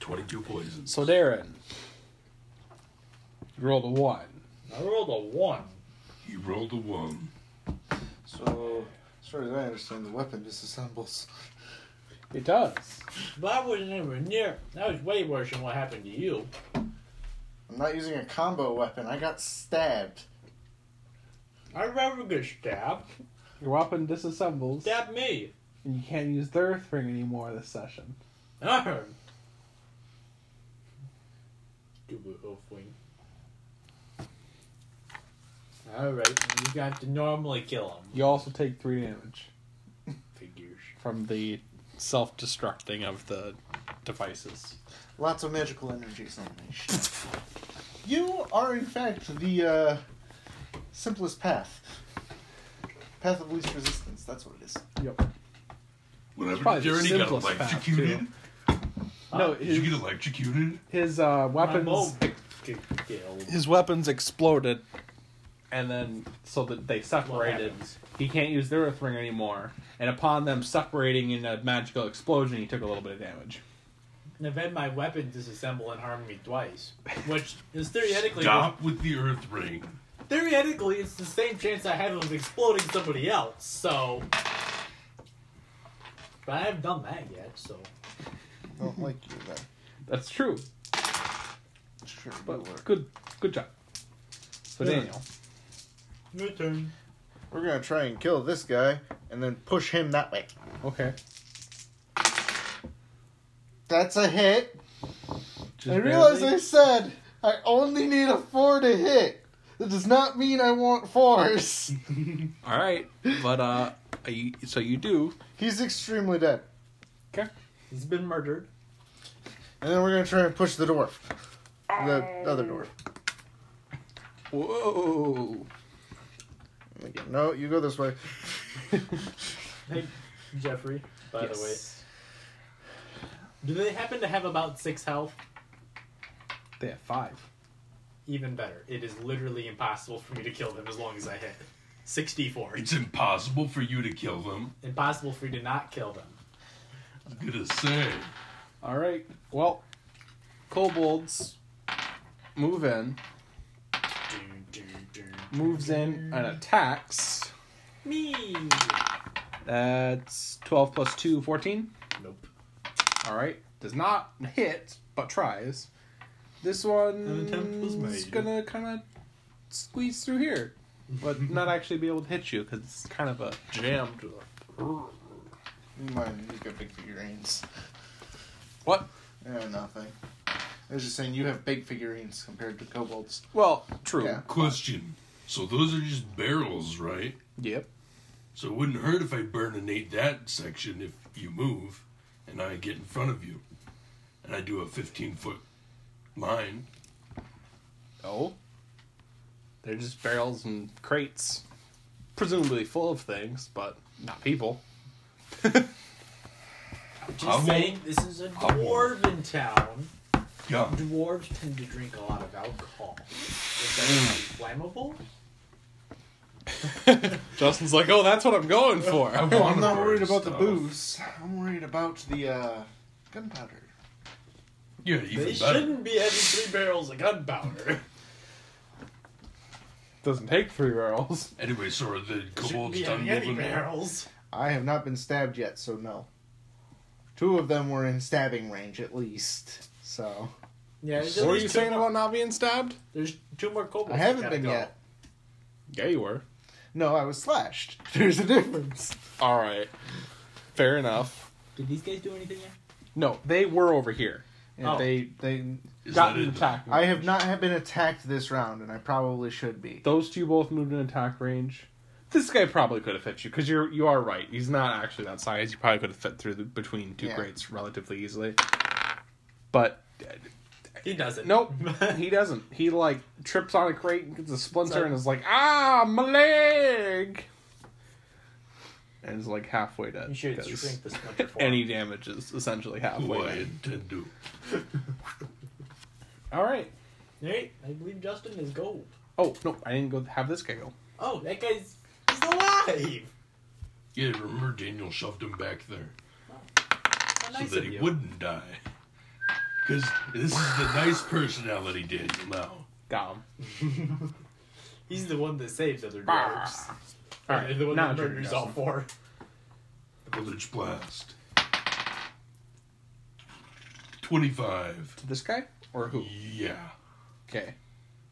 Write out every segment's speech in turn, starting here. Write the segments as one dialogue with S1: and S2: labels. S1: Twenty-two poisons.
S2: So Darren, you rolled a one.
S3: I rolled a one.
S1: You rolled a one.
S4: So, as far as I understand, the weapon disassembles.
S2: It does.
S3: But I wasn't anywhere near. That was way worse than what happened to you.
S4: I'm not using a combo weapon. I got stabbed.
S3: I'd rather get stabbed.
S2: Your weapon disassembles,
S3: Stab me.
S2: and you can't use the Earth Ring anymore this session.
S3: Arrgh. Stupid Earthling. Alright, you got to normally kill him.
S2: You also take three damage
S3: Figures.
S2: from the self-destructing of the devices.
S4: Lots of magical energies on me. You are, in fact, the uh, simplest path. Path of least resistance. That's what it is.
S2: Yep.
S1: Whatever
S2: probably the
S1: journey got
S2: simplest path,
S1: electrocuted.
S2: too. No,
S1: Did Uh, you
S2: his,
S1: get electrocuted?
S2: his uh,
S3: My
S2: weapons
S3: mole get killed.
S2: his weapons exploded, and then so that they separated.
S3: happens?
S2: He can't use the Earth Ring anymore, and upon them separating in a magical explosion, he took a little bit of damage.
S3: And then my weapon disassemble and harm me twice. Which is theoretically
S1: Stop with the Earth Ring.
S3: theoretically it's the same chance I had of exploding somebody else, so But I haven't done that yet, so
S4: Don't like uh, you, then.
S2: That's true,
S4: It's true.
S2: but
S4: Good work.
S2: good, good job. So
S4: Yeah.
S2: Daniel,
S3: your turn.
S4: We're gonna try and kill this guy and then push him that way.
S2: okay,
S4: That's a hit.
S2: just
S4: I realize
S2: barely-
S4: I said I only need a four to hit. That does not mean I want fours.
S2: All right, but uh, you, so you do.
S4: He's extremely dead.
S2: Okay,
S3: He's been murdered.
S4: And then we're gonna try and push the dwarf. The other dwarf.
S2: whoa.
S4: Like, No, you go this way.
S3: Hey Jeffrey, by the way.
S2: Yes.
S3: Do they happen to have about six health?
S2: they have five.
S3: Even better. It is literally impossible for me to kill them as long as I hit. 64.
S1: It's impossible for you to kill them.
S3: Impossible for you to not kill them.
S1: I was gonna say.
S2: All right. Well, kobolds move in,
S3: Dun, dun, dun, dun.
S2: moves in, and attacks.
S3: Me!
S2: That's 12 plus 2, 14.
S3: Nope.
S2: All right. Does not hit, but tries. This one
S3: attempt was
S2: is
S3: made.
S2: going to kind of squeeze through here, but not actually be able to hit you because it's kind of a jammed.
S4: You mind you got big figurines.
S2: What?
S4: I have nothing. I was just saying you have big figurines compared to kobolds.
S2: Well, true.
S4: Yeah.
S1: Question. So those are just barrels, right?
S2: Yep.
S1: So it wouldn't hurt if I burninate that section if you move and I get in front of you. And I do a 15 foot line.
S2: Oh. They're just barrels and crates, presumably full of things, but not people.
S3: Just
S1: I won't-
S3: saying, this is a
S1: I won't.
S3: dwarven town.
S1: Yeah.
S3: Dwarves tend to drink a lot of alcohol. Is that flammable?
S2: Justin's like, oh, that's what I'm going for.
S1: I
S4: No,
S1: wanna
S4: I'm not
S1: burn
S4: worried about the
S1: stuff.
S4: booze. I'm worried about the uh, gunpowder.
S1: Yeah, even
S3: They
S1: better.
S3: shouldn't be having three barrels of gunpowder.
S2: Doesn't take three barrels.
S1: Anyway, so are the
S3: Shouldn't
S1: kobolds
S3: be
S1: done
S3: having any
S1: moving?
S3: barrels.
S4: I have not been stabbed yet, so no. Two of them were in stabbing range at least. So
S3: Yeah,
S2: What were you saying about not being stabbed?
S3: There's two more kobolds.
S4: I haven't been yet.
S2: Yeah, you were.
S4: No, I was slashed. There's a difference.
S2: All right. Fair enough.
S3: Did these guys do anything yet?
S2: No, they were over here. And
S3: Oh.
S2: they
S4: They,
S1: Is
S2: got
S1: that
S2: an
S1: it?
S2: attack.
S4: I
S2: range.
S4: have not have been attacked this round, and I probably should be.
S2: Those two both moved in attack range. This guy probably could have fit you because you're you are right. He's not actually that size. You probably could have fit through the, between two
S4: Yeah.
S2: crates relatively easily. But
S3: He doesn't.
S2: Nope, he doesn't. He like trips on a crate and gets a splinter and is like, ah, my leg, and is like halfway dead.
S3: you should
S2: 'cause
S3: shrink this splinter for
S2: Any
S3: him.
S2: damage is essentially halfway.
S1: Who I
S2: dead.
S1: intend to.
S2: All right.
S3: Hey, I believe Justin is gold.
S2: Oh no, I didn't go have this guy go.
S3: Oh, that guy's he's alive.
S1: Yeah, remember Daniel shoved him back there
S3: How nice
S1: so that
S3: of
S1: he
S3: you.
S1: wouldn't die. Because this is the nice personality Daniel now.
S2: Got him.
S3: He's the one that saves other
S2: Bah.
S3: dwarves.
S2: All
S3: They're
S2: right,
S3: the one
S2: now
S3: that
S2: Jordan
S3: murders
S2: Dawson.
S3: all four.
S1: Village Blast. 25.
S2: This guy or who?
S1: Yeah.
S2: Okay.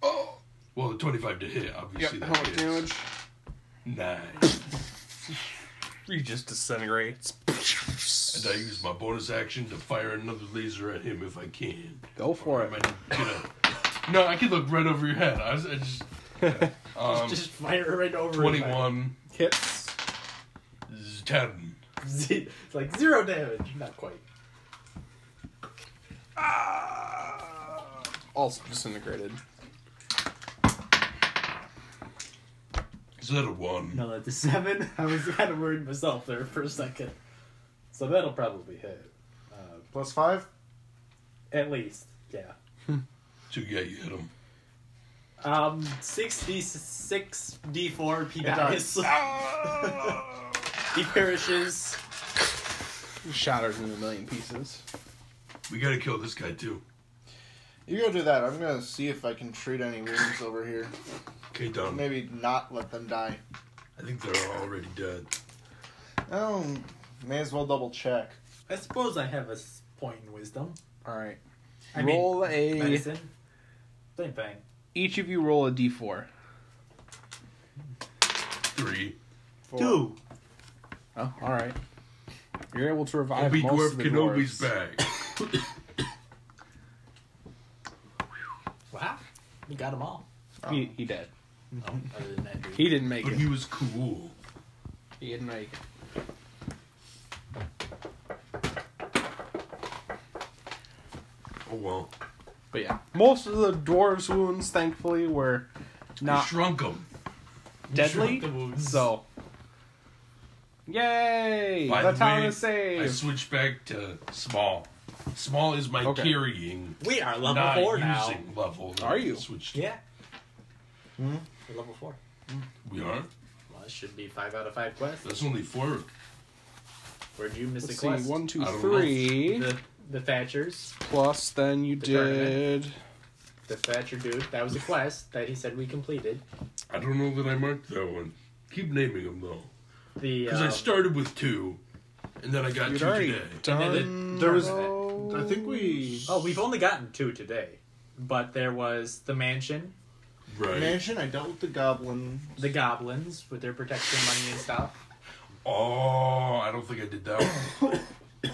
S1: Oh! Well, 25 to hit, obviously.
S2: How
S1: that
S2: much
S1: hits.
S2: damage?
S1: Nine.
S2: He just disintegrates.
S1: And I use my bonus action to fire another laser at him if I can.
S2: Go for
S1: I
S2: it.
S1: might, you know. No, I can look right over your head. I, was, I just. Um,
S3: Just fire it right over. him.
S1: 21,
S2: Hits.
S1: 10.
S3: Ze- It's like zero damage. Not quite.
S2: Also disintegrated.
S1: Is that a 1?
S3: No, that's a seven. I was kind of worried myself there for a second. So that'll probably hit. Uh,
S5: Plus five.
S3: at least, yeah.
S1: So yeah, you hit him.
S3: Um, six d six d four. He
S5: dies.
S3: dies. Ah! he perishes.
S2: Shatters into a million pieces.
S1: We gotta kill this guy too.
S5: You go do that. I'm gonna see if I can treat any wounds over here.
S1: Okay, Don.
S5: Maybe not let them die.
S1: I think they're already dead.
S5: Oh, may as well double check.
S3: I suppose I have a s- point in wisdom.
S2: All right.
S3: I
S2: roll
S3: mean,
S2: a.
S3: medicine. Same thing.
S2: Each of you roll a d4.
S1: Three.
S5: Four.
S3: Two.
S2: Oh, all right. You're able to revive
S1: Obi
S2: most
S1: Dwarf
S2: of the
S1: Kenobi's
S2: dwarves.
S1: back.
S3: Wow. You got them all.
S2: He, he did.
S3: Oh, other than that, dude.
S2: He didn't make
S1: But
S2: it.
S1: he was cool.
S2: He didn't make it.
S1: Oh well.
S2: But yeah, most of the dwarves' wounds, thankfully, were
S1: He
S2: not
S1: shrunk him.
S2: deadly.
S3: shrunk the wounds.
S2: So, yay!
S1: By
S2: the,
S1: the
S2: town
S1: way,
S2: is
S1: I
S2: saved.
S1: switched back to small. Small is my
S2: Okay.
S1: carrying,
S3: we are level
S1: not
S3: four now.
S1: using level. that
S2: Are
S1: I
S2: you?
S1: Switched.
S3: Yeah. We're level four.
S1: We are.
S3: Well, this should be five out of five quests.
S1: That's only four.
S3: Where'd you miss
S2: Let's
S3: a
S2: see,
S3: quest?
S2: one, two,
S1: I don't
S2: three.
S3: The the Thatchers,
S2: Plus, then you
S3: The
S2: did.
S3: tournament. the Thatcher dude. That was a quest that he said we completed.
S1: I don't know that I marked that one. Keep naming them though,
S3: The
S1: because
S3: um,
S1: I started with two, and then I got
S2: You'd
S1: two
S2: already
S1: today.
S3: then the-
S2: done.
S3: there was-
S5: I think we.
S3: Oh, we've only gotten two today, but there was the mansion,
S1: Right.
S5: Mansion. I dealt with the goblin.
S3: the goblins with their protection money and stuff.
S1: Oh, I don't think I did that one.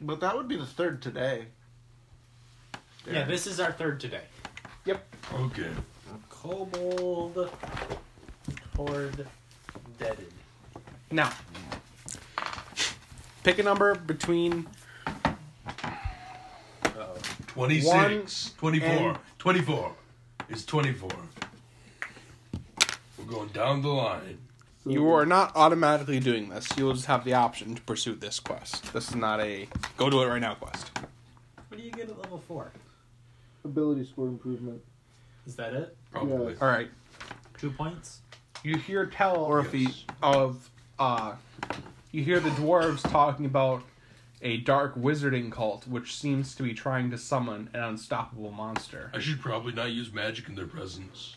S5: But that would be the third today.
S3: Yeah, this is our third today.
S1: Okay.
S3: Kobold horde deaded.
S2: Now, pick a number between
S3: Uh oh.
S1: 26. 24.
S2: and-
S1: 24. It's 24. We're going down the line.
S2: You are not automatically doing this. You'll just have the option to pursue this quest. This is not a go do it right now quest.
S3: What do you get at level four?
S6: Ability score improvement.
S3: Is that it?
S1: Probably.
S2: All right.
S3: Two points.
S2: You hear tell
S1: Yes.
S2: of uh you hear the dwarves talking about a dark wizarding cult which seems to be trying to summon an unstoppable monster.
S1: I should probably not use magic in their presence.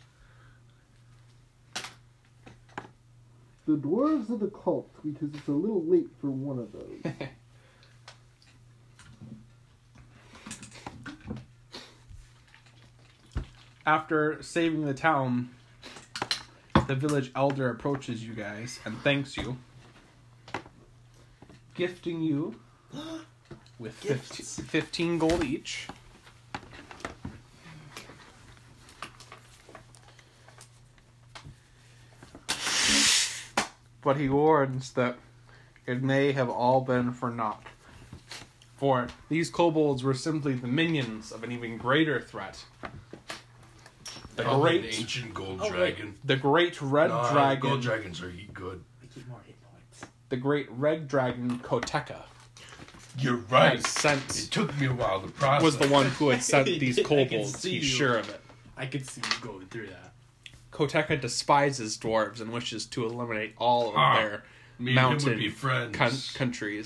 S6: The dwarves of the cult, because it's a little late for one of those.
S2: After saving the town, the village elder approaches you guys and thanks you, gifting you with 15,
S3: Gifts.
S2: 15 gold each. But he warns that it may have all been for naught. For these kobolds were simply the minions of an even greater threat. The
S1: Probably
S2: great
S1: An ancient gold
S3: Oh, wait.
S1: dragon.
S2: the great red
S1: Oh, No,
S2: dragon
S1: Gold dragons are good.
S3: I keep more hit points.
S2: the great red dragon Koteka
S1: You're right.
S2: had sent
S1: It took me a while to process.
S2: was the one who had sent
S3: I
S2: these
S3: can
S2: kobolds.
S3: see
S2: He's
S3: you.
S2: sure of it.
S3: I could see you going through that.
S2: Koteka despises dwarves and wishes to eliminate all of
S1: Ah,
S2: their
S1: Me and him would
S2: mountain
S1: be friends.
S2: con- countries.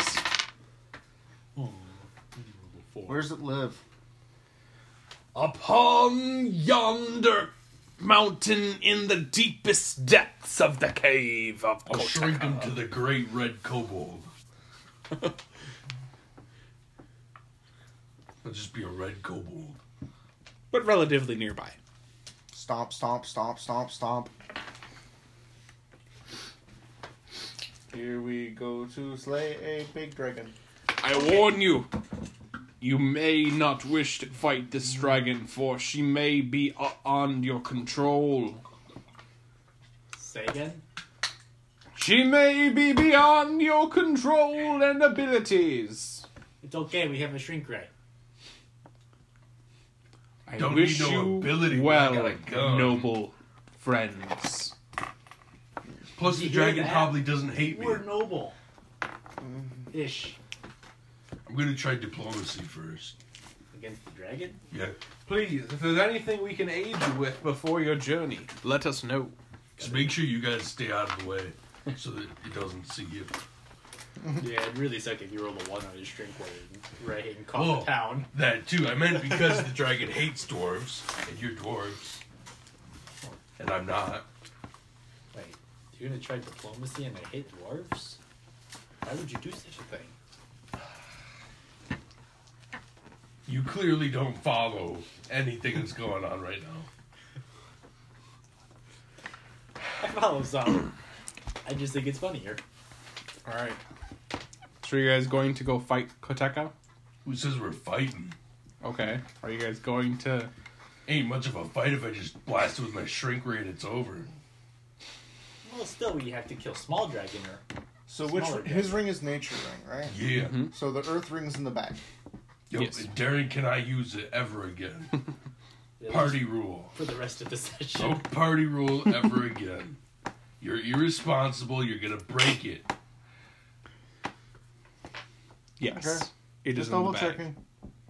S5: Where does it live?
S2: Upon yonder mountain in the deepest depths of the cave of
S1: I'll shrink him to the great red kobold. I'll just be a red kobold.
S2: but relatively nearby.
S5: Stomp, stomp, stomp, stomp, stomp. Here we go to slay a big dragon.
S2: I warn you, you may not wish to fight this dragon, for she may be o- on your control.
S3: Say again?
S2: She may be beyond your control and abilities.
S3: It's okay, we have a shrink ray.
S2: I
S1: Don't
S2: wish
S1: need no
S2: you
S1: ability, but I
S2: well,
S1: got a gun.
S2: noble friends.
S1: Plus, the
S3: You hear
S1: dragon
S3: that?
S1: probably doesn't hate me.
S3: We're noble. Ish.
S1: I'm gonna try diplomacy first.
S3: Against the dragon?
S1: Yeah.
S2: Please, if there's anything we can aid you with before your journey, let us know.
S1: Just make sure you guys stay out of the way so that it doesn't see you.
S3: yeah, it'd really suck if you rolled a one on your shrink ray and caught
S1: Whoa.
S3: the town.
S1: That too. I meant because the dragon hates dwarves, and you're dwarves, and I'm not.
S3: Wait, you're gonna try diplomacy and I hate dwarves? Why would you do such a thing?
S1: You clearly don't follow anything that's going on right now.
S3: I follow some. I just think it's funnier.
S2: All right. So are you guys going to go fight Koteka?
S1: Who says we're fighting?
S2: Okay. Are you guys going to?
S1: Ain't much of a fight if I just blast it with my shrink ray and it's over.
S3: Well, still, we have to kill small dragon or
S5: So which
S3: Smaller
S5: his ring is nature ring, right?
S1: Yeah.
S5: So the earth ring's in the back.
S1: Yep.
S2: Yes.
S1: Darren, can I use it ever again? party rule.
S3: for the rest of the session.
S1: No party rule ever again. You're irresponsible. You're gonna break it.
S2: Yes.
S5: Okay.
S2: It is
S5: Just
S2: in the
S5: double
S2: bag.
S5: checking.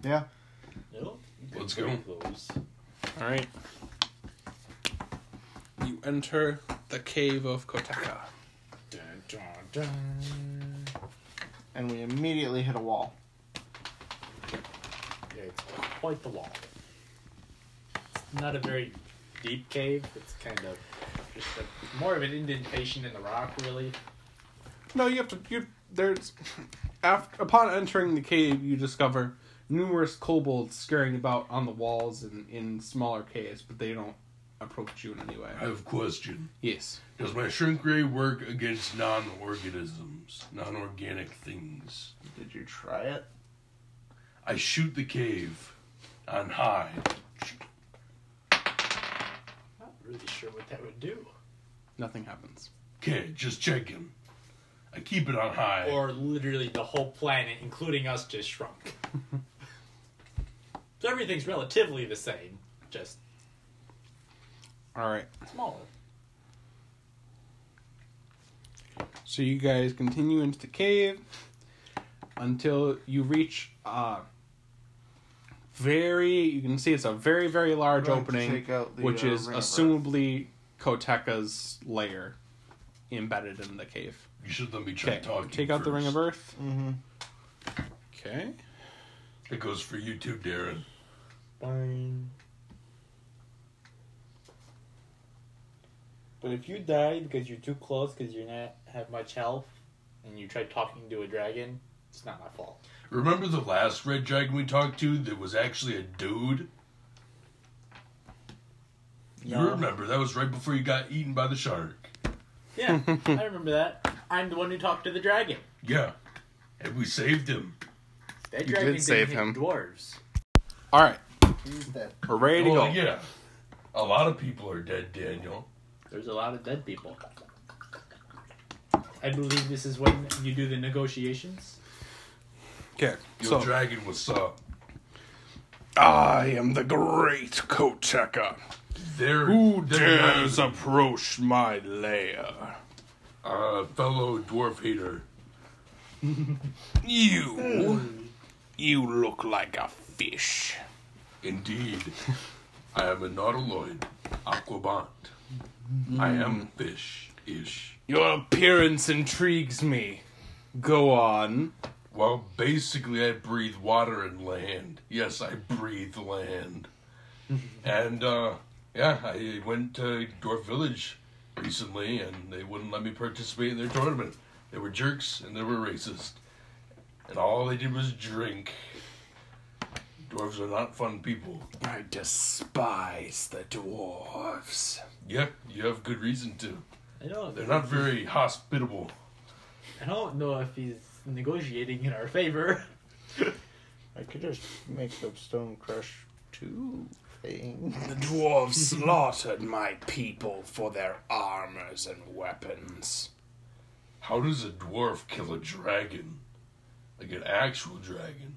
S5: Yeah.
S3: Nope.
S1: Let's
S3: Very
S1: go.
S3: Close.
S2: All right. You enter the cave of Koteka.
S3: Dun, dun, dun.
S5: And we immediately hit a wall.
S3: Yeah, it's quite the wall. It's not a very deep cave. It's kind of just a, more of an indentation in the rock, really.
S2: No, you have to. You there's. After, upon entering the cave, you discover numerous kobolds scurrying about on the walls and in smaller caves, but they don't approach you in any way.
S1: I have a question.
S2: Yes.
S1: Does my shrink ray work against non-organisms, non-organic things?
S5: Did you try it?
S1: I shoot the cave on high.
S3: Not really sure what that would do.
S2: Nothing happens.
S1: Okay, just checking. I keep it on high.
S3: Or literally the whole planet, including us, just shrunk. so everything's relatively the same, just
S2: All right.
S3: smaller.
S2: So you guys continue into the cave until you reach uh very you can see it's a very very large
S5: We're going to
S2: opening
S5: take out the,
S2: which
S5: uh,
S2: is
S5: ring of
S2: assumably Koteka's lair embedded in the cave.
S1: you should let me try
S2: Okay.
S1: talking.
S2: Take out the ring of
S1: first.
S2: earth.
S5: Mm-hmm.
S2: Okay.
S1: It goes for you too, Darren.
S3: But if you died because you're too close, because you're not have much health, and you tried talking to a dragon, it's not my fault.
S1: Remember the last red dragon we talked to that was actually a dude? You remember that was right before you got eaten by the shark.
S3: Yeah, I remember that. I'm the one who talked to the dragon.
S1: Yeah. And we saved him.
S3: That
S2: You
S3: dragon
S2: did
S3: didn't
S2: save
S3: hit
S2: him.
S3: Dwarves.
S2: All right.
S5: He's dead.
S2: We're ready to
S5: Oh,
S1: Well,
S2: go.
S1: yeah. A lot of people are dead, Daniel.
S3: There's a lot of dead people. I believe this is when you do the negotiations.
S2: Okay.
S1: Your
S2: So
S1: dragon was uh, up.
S2: I am the great Koteka.
S1: They're,
S2: Who
S1: they're not
S2: dares
S1: even-
S2: approach my lair?
S1: uh, fellow dwarf hater.
S5: Hmm.
S2: You. You look like a fish.
S1: Indeed, I am a nautiloid, aquabant. I
S2: Hmm.
S1: am fish-ish.
S2: Your appearance intrigues me. Go on.
S1: Well, basically, I breathe water and land. Yes, I breathe land. and uh, yeah, I went to Dwarf Village recently, and they wouldn't let me participate in their tournament. They were jerks and they were racist, and all they did was drink. Dwarves are not fun people.
S7: I despise the dwarves.
S1: Yep, you have good reason to.
S3: I don't.
S1: They're not very hospitable.
S3: I don't know if he's negotiating in our favor.
S4: I could just make the stone crush two thing.
S7: The dwarves slaughtered my people for their armors and weapons.
S1: How does a dwarf kill a dragon? Like an actual dragon?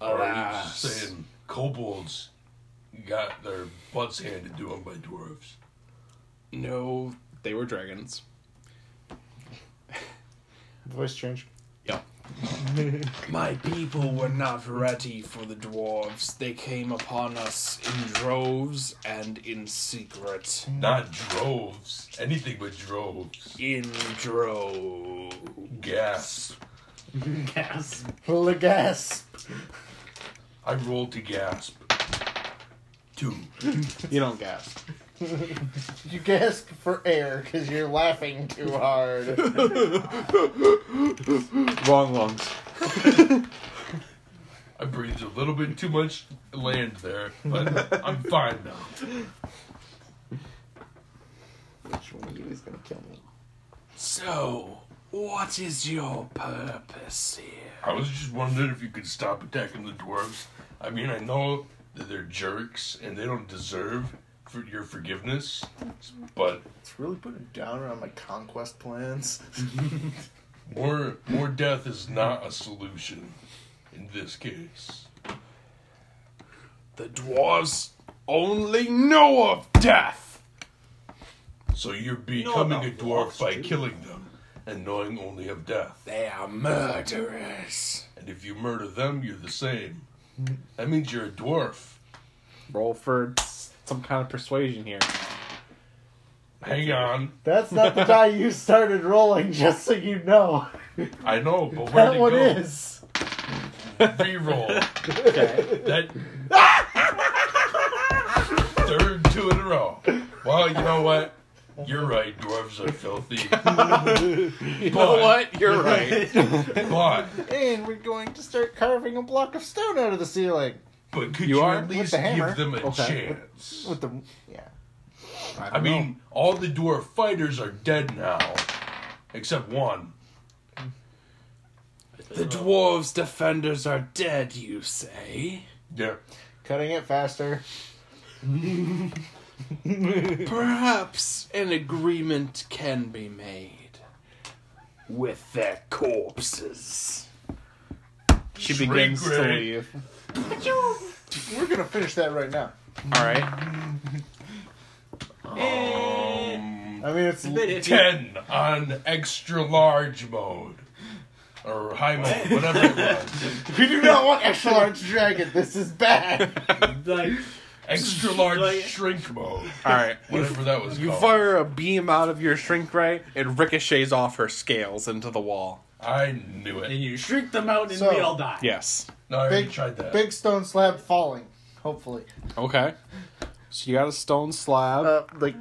S2: Oh,
S1: Or are you just
S7: Alas.
S1: saying kobolds got their butts handed to them by dwarves?
S2: No, they were dragons.
S4: Voice change.
S7: My people were not ready for the dwarves. They came upon us in droves and in secret.
S1: Not droves. Anything but droves.
S7: In droves.
S1: Gasp.
S3: Yes.
S4: Pull a gasp.
S1: I rolled to gasp. Two.
S2: You don't gasp.
S4: You gasp for air because you're laughing too hard.
S2: Wrong lungs.
S1: I breathed a little bit too much land there, but I'm fine now.
S4: Which one of you is gonna kill me?
S7: So, what is your purpose here?
S1: I was just wondering if you could stop attacking the dwarves. I mean, I know that they're jerks and they don't deserve for your forgiveness, but
S5: It's really putting a downer on my conquest plans.
S1: more more death is not a solution in this case.
S7: The dwarves only know of death.
S1: So you're becoming a
S3: about
S1: dwarf
S3: dwarves,
S1: by
S3: too.
S1: killing them and knowing only of death.
S7: They are murderers.
S1: And if you murder them, you're the same. That means you're a dwarf.
S2: Roll for s- some kind of persuasion here.
S1: Hang on,
S4: That's not the die you started rolling, just so you know.
S1: I know, but where
S4: That
S1: to go?
S4: one is.
S1: Reroll. That third two in a row. Well, you know what? You're right. Dwarves are filthy.
S2: You know what? You're right.
S1: But
S4: And we're going to start carving a block of stone out of the ceiling.
S1: but could
S2: You
S1: you,
S2: are?
S1: at
S2: With
S1: least
S4: the hammer.
S1: give them a
S2: Okay.
S1: chance?
S4: With the. Yeah.
S1: I, mean, all the dwarf fighters are dead now, except one.
S7: The dwarves' defenders are dead, you say?
S1: Yeah.
S4: Cutting it faster.
S7: Perhaps an agreement can be made with their corpses.
S2: She
S1: Shrink
S2: begins to
S1: ray.
S2: leave.
S5: We're gonna finish that right now.
S2: All right.
S3: Oh.
S2: Oh.
S1: Um,
S4: I mean,
S3: It's
S4: it's.
S3: a bit iffy.
S1: ten on extra large mode or high mode, whatever it was.
S4: We do not want extra large dragon. This is bad.
S3: Like
S1: Extra large
S3: Like-
S1: shrink mode,
S2: All right.
S1: whatever that was
S2: You
S1: called.
S2: fire a beam out of your shrink ray. It ricochets off her scales into the wall.
S1: I knew
S3: and
S1: it.
S3: you shrink them out and
S4: So-
S3: we all die.
S2: Yes.
S1: No, I already
S4: Big-
S1: tried that.
S4: Big stone slab falling. Hopefully.
S2: Okay. So you got a stone slab.
S4: Uh, like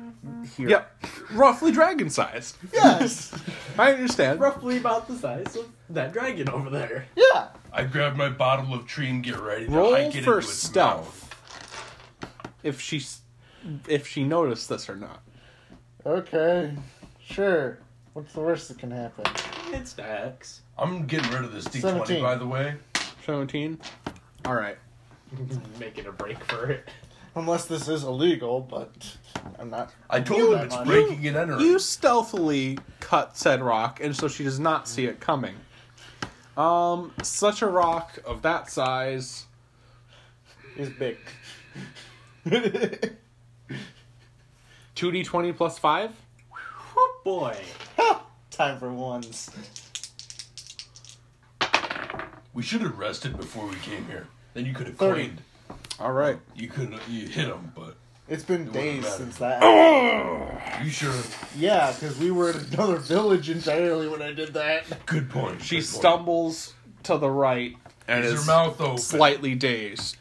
S4: here.
S2: yep. Roughly dragon sized.
S4: Yes.
S2: I understand.
S3: Roughly about the size of that dragon over there.
S4: yeah.
S1: I grab my bottle of tree and get ready to
S2: Roll
S1: hike it
S2: for
S1: into its
S2: stealth.
S1: mouth.
S2: If she's, if she noticed this or not.
S4: Okay. Sure. What's the worst that can happen?
S3: It stacks.
S1: I'm getting rid of this D20,
S4: 17.
S1: by the way.
S2: Seventeen. All right.
S3: Making a break for it.
S4: Unless this is illegal, but I'm not.
S1: I told
S4: You-
S1: him it's
S4: you-
S1: breaking and entering.
S2: You stealthily cut said rock, and so she does not see it coming. Um, such a rock of that size
S4: Is big.
S2: 2d20 plus 5?
S3: Oh boy.
S4: Time for ones.
S1: we should have rested before we came here. Then you could have
S4: Thirty.
S1: claimed.
S2: All right.
S1: You couldn't. You hit him, but
S4: It's been
S1: It
S4: days
S1: wouldn't
S4: since that.
S1: You sure?
S4: yeah, because we were in another village entirely when I did that.
S1: Good point.
S2: She
S1: good point.
S2: stumbles to the right and
S1: Is
S2: is
S1: her mouth open?
S2: slightly dazed.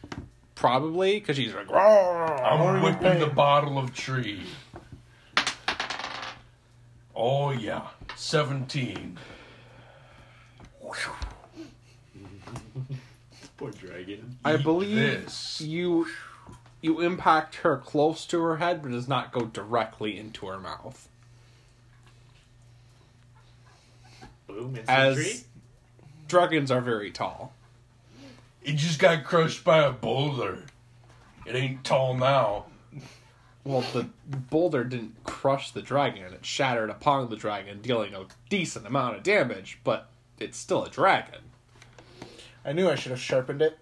S2: Probably because she's like, "Rawr."
S1: I'm
S4: Morning
S1: whipping the
S4: pain.
S1: bottle of tree. Oh yeah, seventeen.
S3: Poor dragon.
S2: I
S1: Eat
S2: believe
S1: this.
S2: you you impact her close to her head, but does not go directly into her mouth.
S3: Boom, instant
S2: As
S3: tree.
S2: dragons are very tall.
S1: It just got crushed by a boulder. It ain't tall now.
S2: Well, the boulder didn't crush the dragon; it shattered upon the dragon, dealing a decent amount of damage. But it's still a dragon.
S4: I knew I should have sharpened it.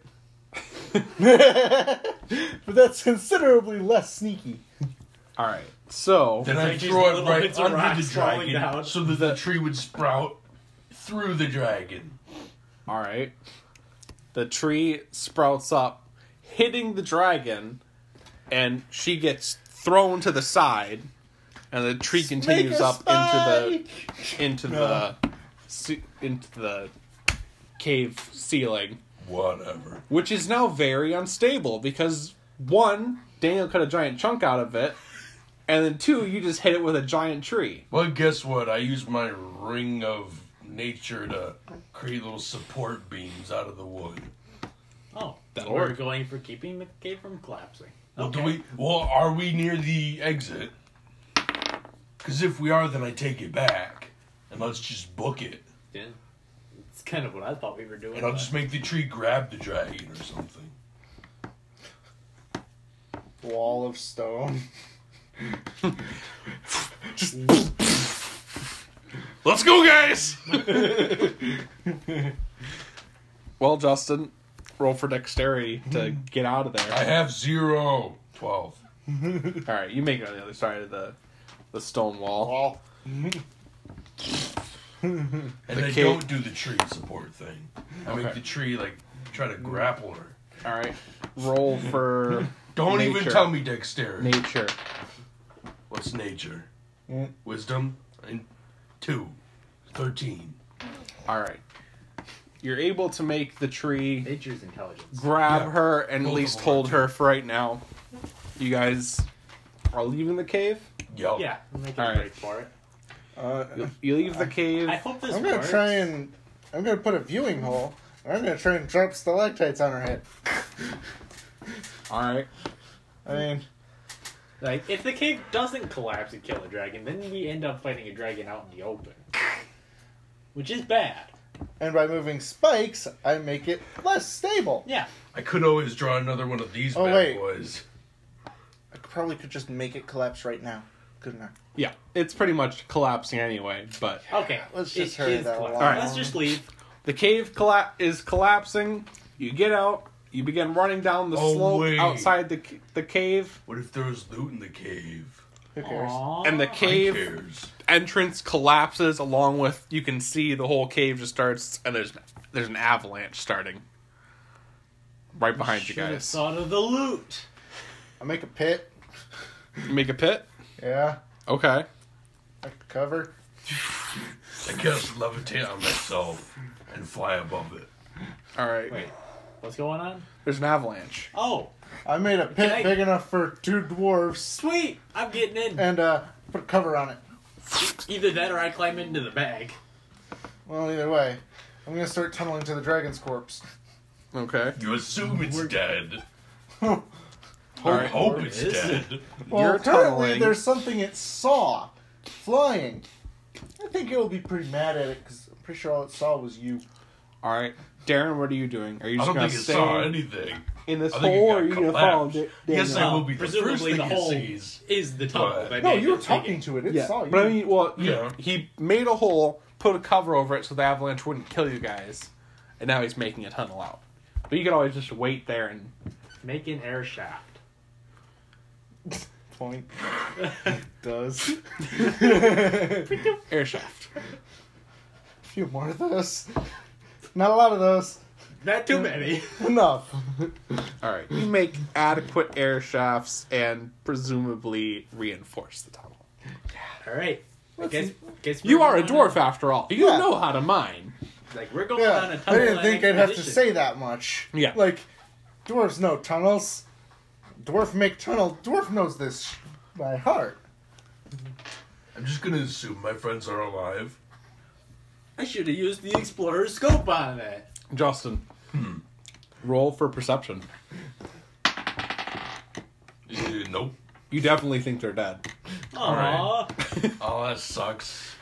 S4: but that's considerably less sneaky.
S2: All right, so
S1: Then
S3: It's
S1: I
S3: like these
S1: throw it
S3: little
S1: right
S3: bits of
S1: under
S3: rocks
S1: the
S3: falling
S1: dragon
S3: down.
S1: so that the tree would sprout through the dragon.
S2: all right, the tree sprouts up, hitting the dragon, and she gets thrown to the side, and the tree continues up into the into the se- into the cave ceiling.
S1: Whatever.
S2: which is now very unstable because one, Daniel cut a giant chunk out of it, and then two, you just hit it with a giant tree.
S1: Well, guess what? I used my ring of nature to create little support beams out of the wood.
S3: Oh,
S2: That'll
S3: we're
S2: work.
S3: going for keeping the cave from collapsing.
S1: Well, do we? Well, are we near the exit? Because if we are, then I take it back, and let's just book it,
S3: Yeah. It's kind of what I thought we were doing.
S1: and I'll
S3: but-
S1: just make the tree grab the dragon or something.
S4: Wall of stone.
S2: Let's go, guys! well, Justin, roll for dexterity to get out of
S1: I
S2: there.
S1: have zero. Twelve.
S2: All right, you make it on the other side of the the stone wall.
S4: Wall.
S1: And I
S2: Okay.
S1: don't do the tree support thing. I make
S2: Okay.
S1: the tree like try to grapple her.
S2: All right, roll for
S1: Don't even
S2: Nature.
S1: tell me dexterity.
S2: nature.
S1: What's nature?
S4: Mm.
S1: Wisdom and two. Thirteen.
S2: All right, you're able to make the tree
S3: Nature's intelligence.
S2: grab
S1: Yeah.
S2: her and at
S1: Both
S2: least
S1: of them are
S2: hold
S1: too.
S2: her for right now. You guys are leaving the cave.
S1: Yep.
S3: Yeah, we'll make
S2: All
S3: a
S2: right.
S3: break for it.
S4: Uh,
S2: You leave the cave.
S3: I hope this
S4: I'm gonna
S3: works.
S4: try and I'm gonna put a viewing hole. and I'm gonna try and drop stalactites on her head.
S2: All right.
S4: I mean,
S3: Like, if the cave doesn't collapse and kill a dragon, then we end up fighting a dragon out in the open. Which is bad.
S4: and by moving spikes, I make it less stable.
S3: Yeah.
S1: I could always draw another one of these
S4: Oh,
S1: bad
S4: wait.
S1: boys.
S4: I probably could just make it collapse right now, couldn't I?
S2: Yeah, it's pretty much collapsing anyway. But
S3: Okay.
S4: Let's just hurry
S3: is
S4: that
S3: collapsing.
S4: along.
S3: Let's just leave.
S2: the cave colla- is collapsing. You get out. You begin running down the
S1: Oh,
S2: slope
S1: wait.
S2: outside the c- the cave,
S1: What if there was loot in the cave?
S4: Who cares?
S3: Aw.
S2: and the
S1: Who
S2: cave
S1: cares?
S2: entrance collapses along with. You can see the whole cave just starts, and there's there's an avalanche starting
S1: Oh,
S2: right behind you
S3: Should have
S2: guys.
S3: thought of the loot.
S4: I make a pit.
S2: You make a pit.
S4: Yeah,
S2: Okay.
S4: I could cover.
S1: I guess levitate on myself and fly above it.
S2: All right.
S3: Wait, what's going on?
S2: There's an avalanche.
S3: Oh,
S4: I made a pit
S3: I-
S4: big enough for two dwarves
S3: sweet! I'm getting in.
S4: and uh, put a cover on it.
S3: Either that or I climb into the bag.
S4: Well, either way, I'm gonna start tunneling to the dragon's corpse.
S2: Okay.
S1: You assume it's dead.
S2: All
S1: I
S2: right.
S1: hope it's
S3: Is
S1: dead.
S3: it?
S4: Well,
S2: You're
S4: apparently
S2: tunneling.
S4: there's something it saw flying. I think it will be pretty mad at it because I'm pretty sure all it saw was you.
S2: All right. Darren, what are you doing? Are you
S1: I
S2: just
S1: don't
S2: going
S1: think
S2: to
S1: it saw
S2: stay
S1: anything.
S8: In this
S1: I think it
S8: hole,
S1: got
S8: or are you gonna
S1: collapsed.
S8: follow Da- Daniel?
S1: Yes, I will be the first
S3: presumably
S1: thing
S3: the
S1: it
S3: hole
S1: sees.
S3: is the tunnel.
S1: But-
S3: that
S2: Oh,
S4: No,
S3: made
S4: you were
S3: it take
S4: talking
S3: it.
S4: to it. It
S8: Yeah,
S4: saw you.
S2: But I mean, well,
S1: Yeah.
S2: he, he made a hole, put a cover over it so the avalanche wouldn't kill you guys, and now he's making a tunnel out. But you could always just wait there and.
S3: Make an air shaft.
S4: point does.
S2: Air shaft.
S4: few more of those. Not a lot of those.
S3: Not too many.
S4: Enough.
S2: All right, you make adequate air shafts and presumably reinforce the tunnel.
S3: All right. I guess, guess
S2: You
S3: we're
S2: are a
S3: going
S2: dwarf after all. You
S4: Yeah.
S2: know how to mine.
S3: on- like we're going on a
S4: Yeah, I
S3: tunnel.
S4: didn't think I'd have to
S3: expedition.
S4: say that much.
S2: Yeah.
S4: Like, dwarves know tunnels. Dwarf make tunnel. Dwarf knows this sh- by heart.
S1: I'm just gonna assume my friends are alive.
S3: I should have used the explorer's scope on that.
S2: Justin, roll for perception.
S1: Eh, nope.
S2: You definitely think they're dead.
S3: Aww.
S1: Oh, that sucks.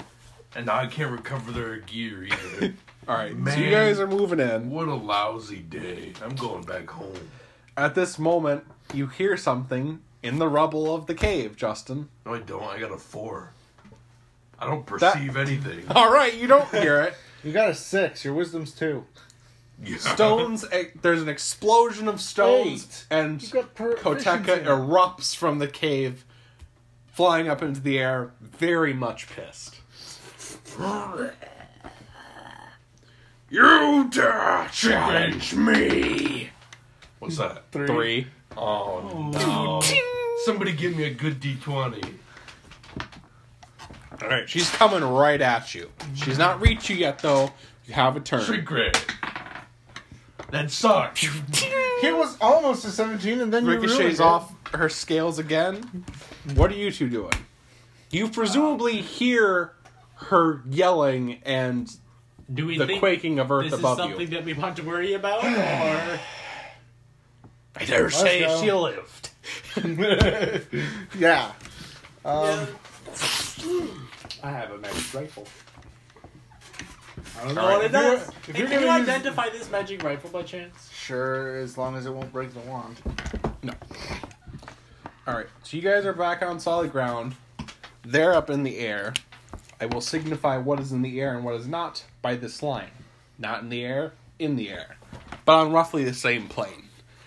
S1: And now I can't recover their gear either.
S2: All right, so you
S1: Man.
S2: guys are moving in.
S1: what a lousy day. I'm going back home.
S2: At this moment, you hear something in the rubble of the cave, Justin.
S1: No, I don't. I got a four. I don't perceive anything.
S2: All right, you don't hear it.
S4: You got a six. Your wisdom's two.
S1: Yeah.
S2: Stones. eh, There's an explosion of stones, and
S4: You got per-
S2: Koteka erupts from the cave, flying up into the air, very much pissed.
S1: You dare challenge me? What's that?
S2: Three.
S1: Oh, no. Somebody give me a good d20.
S2: All right, she's coming right at you. She's not reached you yet, though. You have a turn.
S1: Trick grade. That sucks.
S4: It was almost a 17, and then you ruined
S2: ricochets
S4: it.
S2: off her scales again. What are you two doing? You presumably hear her yelling and
S3: Do we
S2: the
S3: think
S2: quaking of earth
S3: this is
S2: above you.
S3: something that we want to worry about, or
S2: I dare
S4: go.
S2: lived.
S4: Yeah. Um,
S3: I have a magic rifle.
S4: I don't
S3: No, what it does.
S4: If
S3: Hey,
S4: you're, if
S3: can
S4: you're
S3: you
S4: gonna use-
S3: identify this magic rifle by chance?
S4: Sure, as long as it won't break the wand.
S2: All right, so you guys are back on solid ground. They're up in the air. I will signify what is in the air and what is not by this line. Not in the air, in the air, but on roughly the same plane,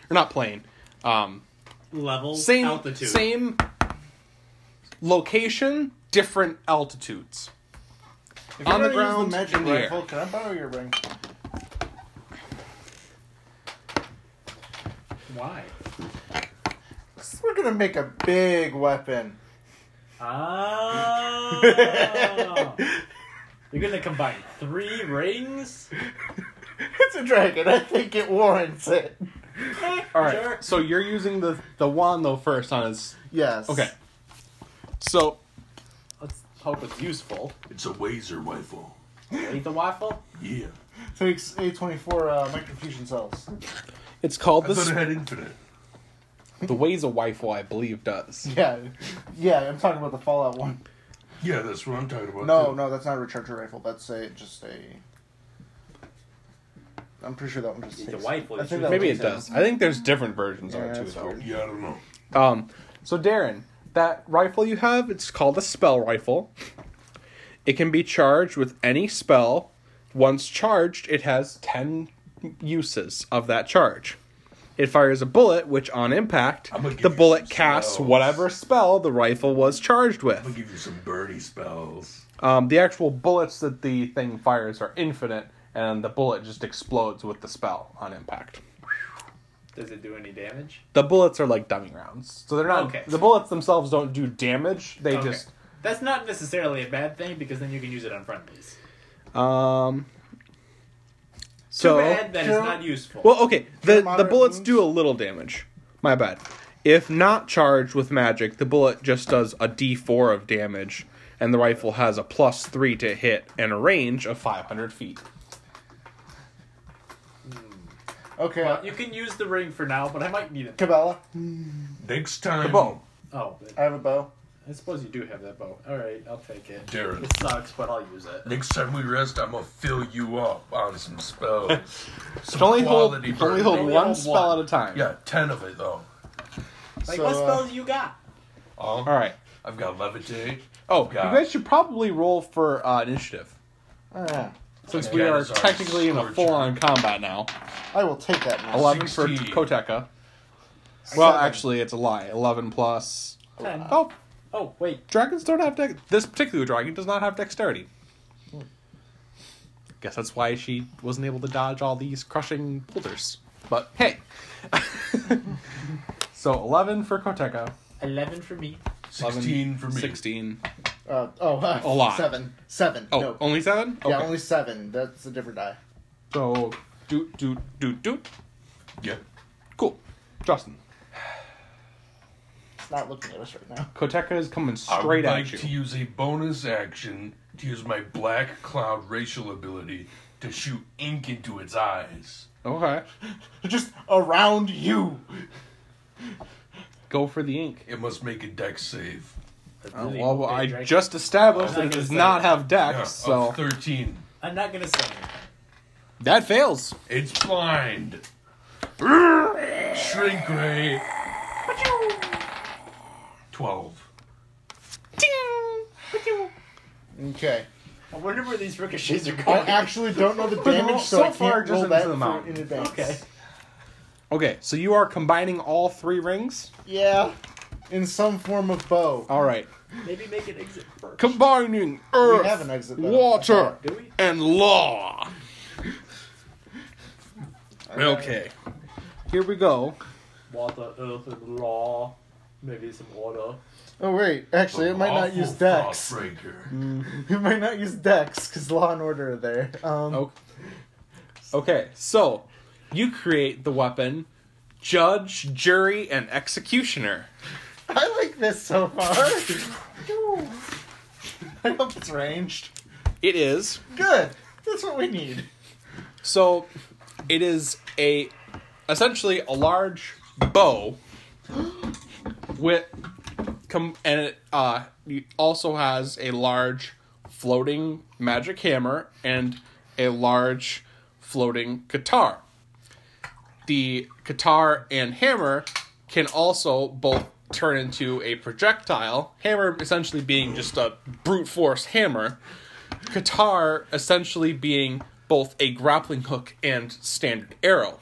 S2: or not plane, um,
S3: Level,
S2: same
S3: altitude.
S2: same location, different altitudes.
S4: If
S2: On
S4: you're
S2: the
S4: gonna use
S2: ground,
S4: magic
S2: in the air.
S4: rifle, can I borrow your ring?
S3: Why?
S4: 'Cause We're gonna make a big weapon.
S3: Ah. You're gonna combine three rings?
S4: It's a dragon. I think it warrants it.
S2: All right,
S3: Sure.
S2: so you're using the the wand though first on his.
S4: Yes.
S2: Okay, so
S3: Let's
S2: hope it's useful.
S1: It's a Wazer rifle.
S3: eat the waffle.
S1: Yeah.
S4: Takes A24 uh, microfusion cells.
S2: It's called
S1: I thought it
S2: the
S1: had infinite.
S2: the ways a wifeful, I believe, does.
S4: Yeah. Yeah, I'm talking about the Fallout one.
S1: Yeah, that's what I'm talking about.
S4: No,
S1: too.
S4: no, that's not a recharger rifle. That's a just a. I'm pretty sure that one just
S3: It's a
S4: takes.
S3: white one.
S4: I think that
S2: Maybe
S4: one
S2: it
S4: takes
S2: does.
S4: out.
S2: I think there's different versions
S4: Yeah,
S2: of it
S4: that's
S2: too,
S4: weird.
S1: Yeah, I don't know.
S2: though. Um, so Darren, that rifle you have, it's called a spell rifle. It can be charged with any spell. Once charged, it has ten uses of that charge. It fires a bullet, which on impact,
S1: I'm gonna give
S2: the
S1: you some
S2: bullet casts
S1: spells.
S2: whatever spell the rifle was charged
S1: I'll
S2: with.
S1: give you some birdie spells.
S2: Um, the actual bullets that the thing fires are infinite, and the bullet just explodes with the spell on impact.
S3: Does it do any damage?
S2: The bullets are like dummy rounds, so they're not.
S3: Okay.
S2: The bullets themselves don't do damage. They
S3: Okay.
S2: just
S3: That's not necessarily a bad thing because then you can use it on friendlies.
S2: um.
S3: Too
S2: So
S3: bad that it's
S4: Sure.
S3: not useful.
S2: well, okay. The the
S4: moderate
S2: bullets
S4: wounds.
S2: do a little damage. My bad. If not charged with magic, the bullet just does a D4 of damage, and the rifle has a plus three to hit and a range of 500 feet.
S4: Okay. uh,
S3: Well, you can use the ring for now, but I might need it.
S4: Cabela,
S1: Next time,
S2: bow.
S3: Oh,
S4: I have a bow.
S3: I suppose you do have that bow. All right, I'll take it.
S1: Darren.
S3: It sucks, but I'll use it.
S1: Next time we rest, I'm gonna fill you up on some spells. Some
S2: Only hold,
S1: quality
S2: only
S1: birdie.
S2: hold
S3: Only
S2: one
S3: hold
S2: spell
S3: one.
S2: at a time.
S1: Yeah, ten of it though.
S3: Like,
S4: So,
S3: what
S4: uh,
S3: spells you got?
S1: Oh,
S2: All right.
S1: I've got levitate.
S2: Oh,
S1: God.
S2: you guys should probably roll for uh, initiative.
S4: Ah, yeah.
S2: Since
S1: Okay.
S2: we
S1: That
S2: are
S1: is our
S2: technically in a
S1: scorcher.
S2: full on combat now.
S4: I will take that now.
S2: 11 for
S1: 16.
S2: Koteka. Well,
S4: Seven.
S2: actually, it's a lie. 11 plus.
S3: Ten. Oh,
S2: Oh,
S3: wait.
S2: dragons don't have dex. This particular dragon does not have dexterity. Guess that's why she wasn't able to dodge all these crushing boulders. But hey. so 11 for Koteka.
S3: Eleven for me.
S1: 16 for me.
S2: 16.
S4: Uh, oh, uh,
S2: A lot.
S4: Seven. Seven.
S2: Oh,
S4: no.
S2: only 7?
S4: Yeah, only seven. That's a different die.
S2: So, doot, doot, doot, doot.
S1: Yeah.
S2: Cool. Justin,
S4: It's not looking at us right now.
S2: Koteka is coming
S1: I
S2: straight
S1: would like
S2: at you.
S1: to use a bonus action to use my Black Cloud racial ability to shoot ink into its eyes.
S2: Okay.
S4: Just around you.
S2: Go for the ink.
S1: It must make a dex save.
S3: I
S2: Uh,
S3: really
S2: well,
S3: hope they
S2: I
S3: drag-
S2: just established
S3: I
S2: that
S3: was
S2: it does
S3: gonna
S2: not
S3: say.
S2: have dex,
S1: Yeah, a
S2: so
S1: 13.
S3: I'm not gonna say it.
S2: that fails.
S1: It's blind. Shrink ray. 12.
S4: Okay.
S3: I wonder where these ricochets are
S4: I
S3: going.
S4: actually don't know the
S2: the
S4: damage,
S2: mo-
S4: so,
S2: so
S4: I can't
S2: far, just
S4: roll
S2: into
S4: that
S2: the
S4: for-
S2: mouth.
S4: in advance.
S3: Okay.
S2: Okay, so you are combining all three rings?
S4: Yeah. In some form of bow.
S2: All right.
S3: Maybe make an exit first.
S2: Combining
S4: We
S2: earth,
S4: have an exit. though.
S2: water,
S3: Do we?
S2: and law. Okay. Here we go.
S3: Water, earth, and law. Maybe some water.
S4: Oh wait, actually, it might not
S1: Lawful
S4: use dex.
S1: Frostbreaker.
S4: It might not use dex because law and order are there. Um,
S2: Oh. Okay, so you create the weapon judge, jury, and executioner.
S4: I like this so far. I hope it's ranged.
S2: It is.
S4: Good. That's what we need.
S2: So it is a essentially a large bow with com- and it uh you- also has a large floating magic hammer and a large floating guitar. The guitar and hammer can also both turn into a projectile, hammer essentially being just a brute force hammer guitar essentially being both a grappling hook and standard arrow.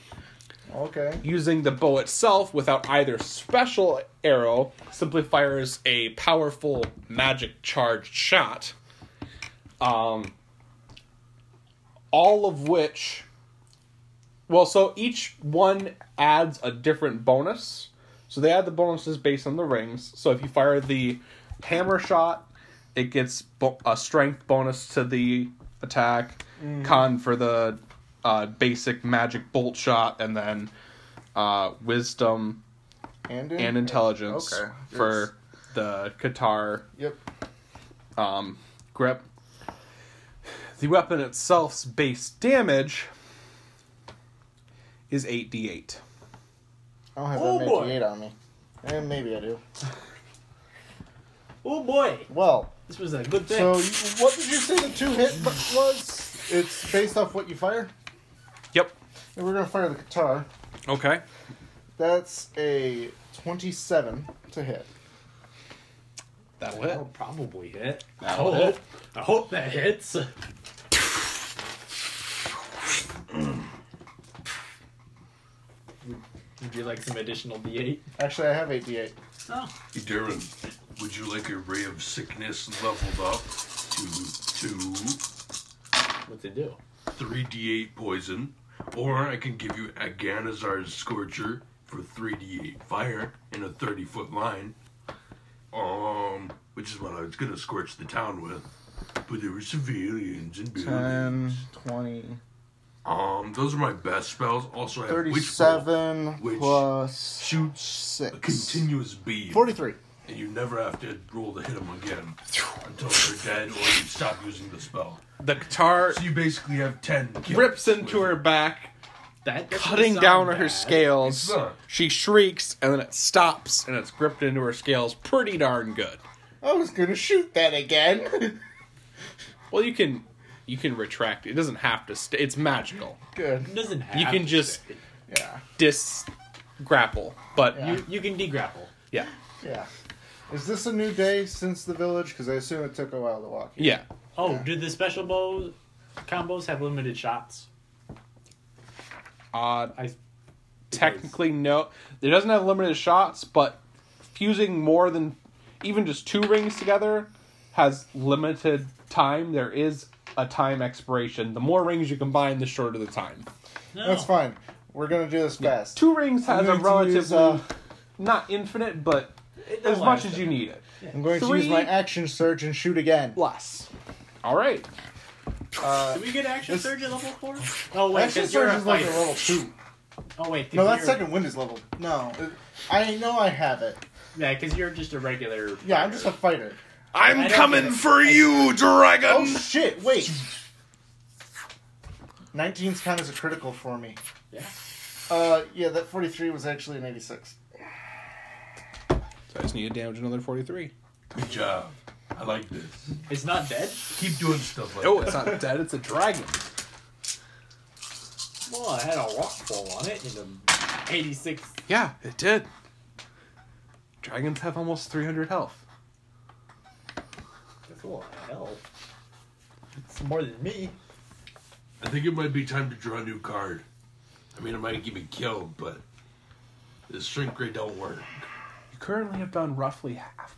S4: Okay.
S2: Using the bow itself without either special arrow simply fires a powerful magic charged shot. Um, all of which, well, so each one adds a different bonus. So they add the bonuses based on the rings. So if you fire the hammer shot, it gets bo- a strength bonus to the attack, con for the uh, basic magic bolt shot, and then uh, wisdom
S4: And
S2: and intelligence
S4: Okay.
S2: for the guitar
S4: Yep.
S2: um, grip. The weapon itself's base damage is 8d8.
S4: I don't have
S3: Oh,
S4: that
S3: boy.
S4: 98 on me. And maybe I do.
S3: Oh boy,
S4: Well,
S3: this was a good thing.
S4: so you- what did you say the two hit bu- was? It's based off what you fire.
S2: Yep.
S4: And we're gonna fire the guitar.
S2: Okay.
S4: That's a 27 to hit.
S2: That'll hit.
S3: That'll probably hit. I
S2: That'll hit.
S3: hope. I hope that hits. Would you like some additional D8?
S4: Actually, I have 8d8.
S3: Oh.
S1: Hey, Darren, would you like a ray of sickness leveled up to 2?
S3: What's it do?
S1: 3d8 poison, or I can give you Aganazar's Scorcher for 3d8 fire in a 30 foot line. Um, which is what I was gonna scorch the town with, but there were civilians and buildings.
S4: 20,
S1: Uh, Um, those are my best spells. Also, I have Witch Bolt,
S4: 37
S1: Which-
S4: plus
S1: shoots
S4: 6.
S1: a continuous beam,
S4: 43.
S1: and you never have to roll to hit them again until they're dead or you stop using the spell.
S2: The guitar
S1: So you basically have 10 kills
S2: rips into
S1: with
S2: her back,
S3: That doesn't
S2: cutting
S3: sound
S2: down her
S3: bad.
S1: It's
S2: scales.
S1: not.
S2: She shrieks, and then it stops, and it's gripped into her scales pretty darn good.
S4: I was gonna shoot that again.
S2: Well, you can, you can retract. It doesn't have to. St- it's magical.
S4: Good.
S3: It doesn't have
S2: You can
S3: to
S2: just
S3: stay.
S4: Yeah.
S2: dis grapple, but
S4: Yeah.
S2: you,
S3: You, you can degrapple.
S2: yeah,
S4: Yeah. Is this a new day since the village? Because I assume it took a while to walk. here.
S2: yeah.
S3: Oh,
S4: Yeah.
S3: do the special bow combos have limited shots?
S2: Uh,
S3: I
S2: technically no. It doesn't have limited shots, but fusing more than even just two rings together has limited time. There is a time expiration. The more rings you combine, the shorter the time.
S3: No.
S4: That's fine. We're gonna do this fast.
S2: Two rings has a
S4: I'm going to
S2: relatively
S4: use, uh,
S2: not infinite, but
S3: It
S2: as
S3: don't
S2: much
S3: last
S2: as you
S3: that
S2: need it.
S4: I'm going to use
S2: Three-
S4: my action surge and shoot again.
S2: Less. All right.
S4: Uh,
S3: long. Do we get action surge at level four? Oh wait,
S4: action
S3: 'cause you're
S4: surge
S3: a
S4: is like a
S3: fighter.
S4: level two.
S3: Oh wait,
S4: No,
S3: you're-
S4: that second wind is level. No, it- I know I have it.
S3: Yeah, because you're just a regular.
S4: Yeah, I'm
S3: fighter.
S4: just a fighter.
S3: I
S9: I'm
S3: don't
S9: coming
S3: get it.
S9: for you,
S4: Oh
S9: dragon!
S4: shit! Wait. 19's kind as a critical for me.
S3: Yeah.
S4: Uh, yeah, that 43 was actually an 86.
S2: So I just need to damage another 43.
S1: Good job. I like this.
S3: It's not dead.
S1: Keep doing stuff like
S2: Oh,
S1: that.
S2: it's not dead, it's a dragon.
S3: Well, I had a rock fall on it in the '86.
S2: Yeah, it did. Dragons have almost 300 health.
S3: That's a lot of hell. It's more than me.
S1: I think it might be time to draw a new card. I mean, it might get me killed, but this shrink ray don't work.
S2: You currently have done roughly half.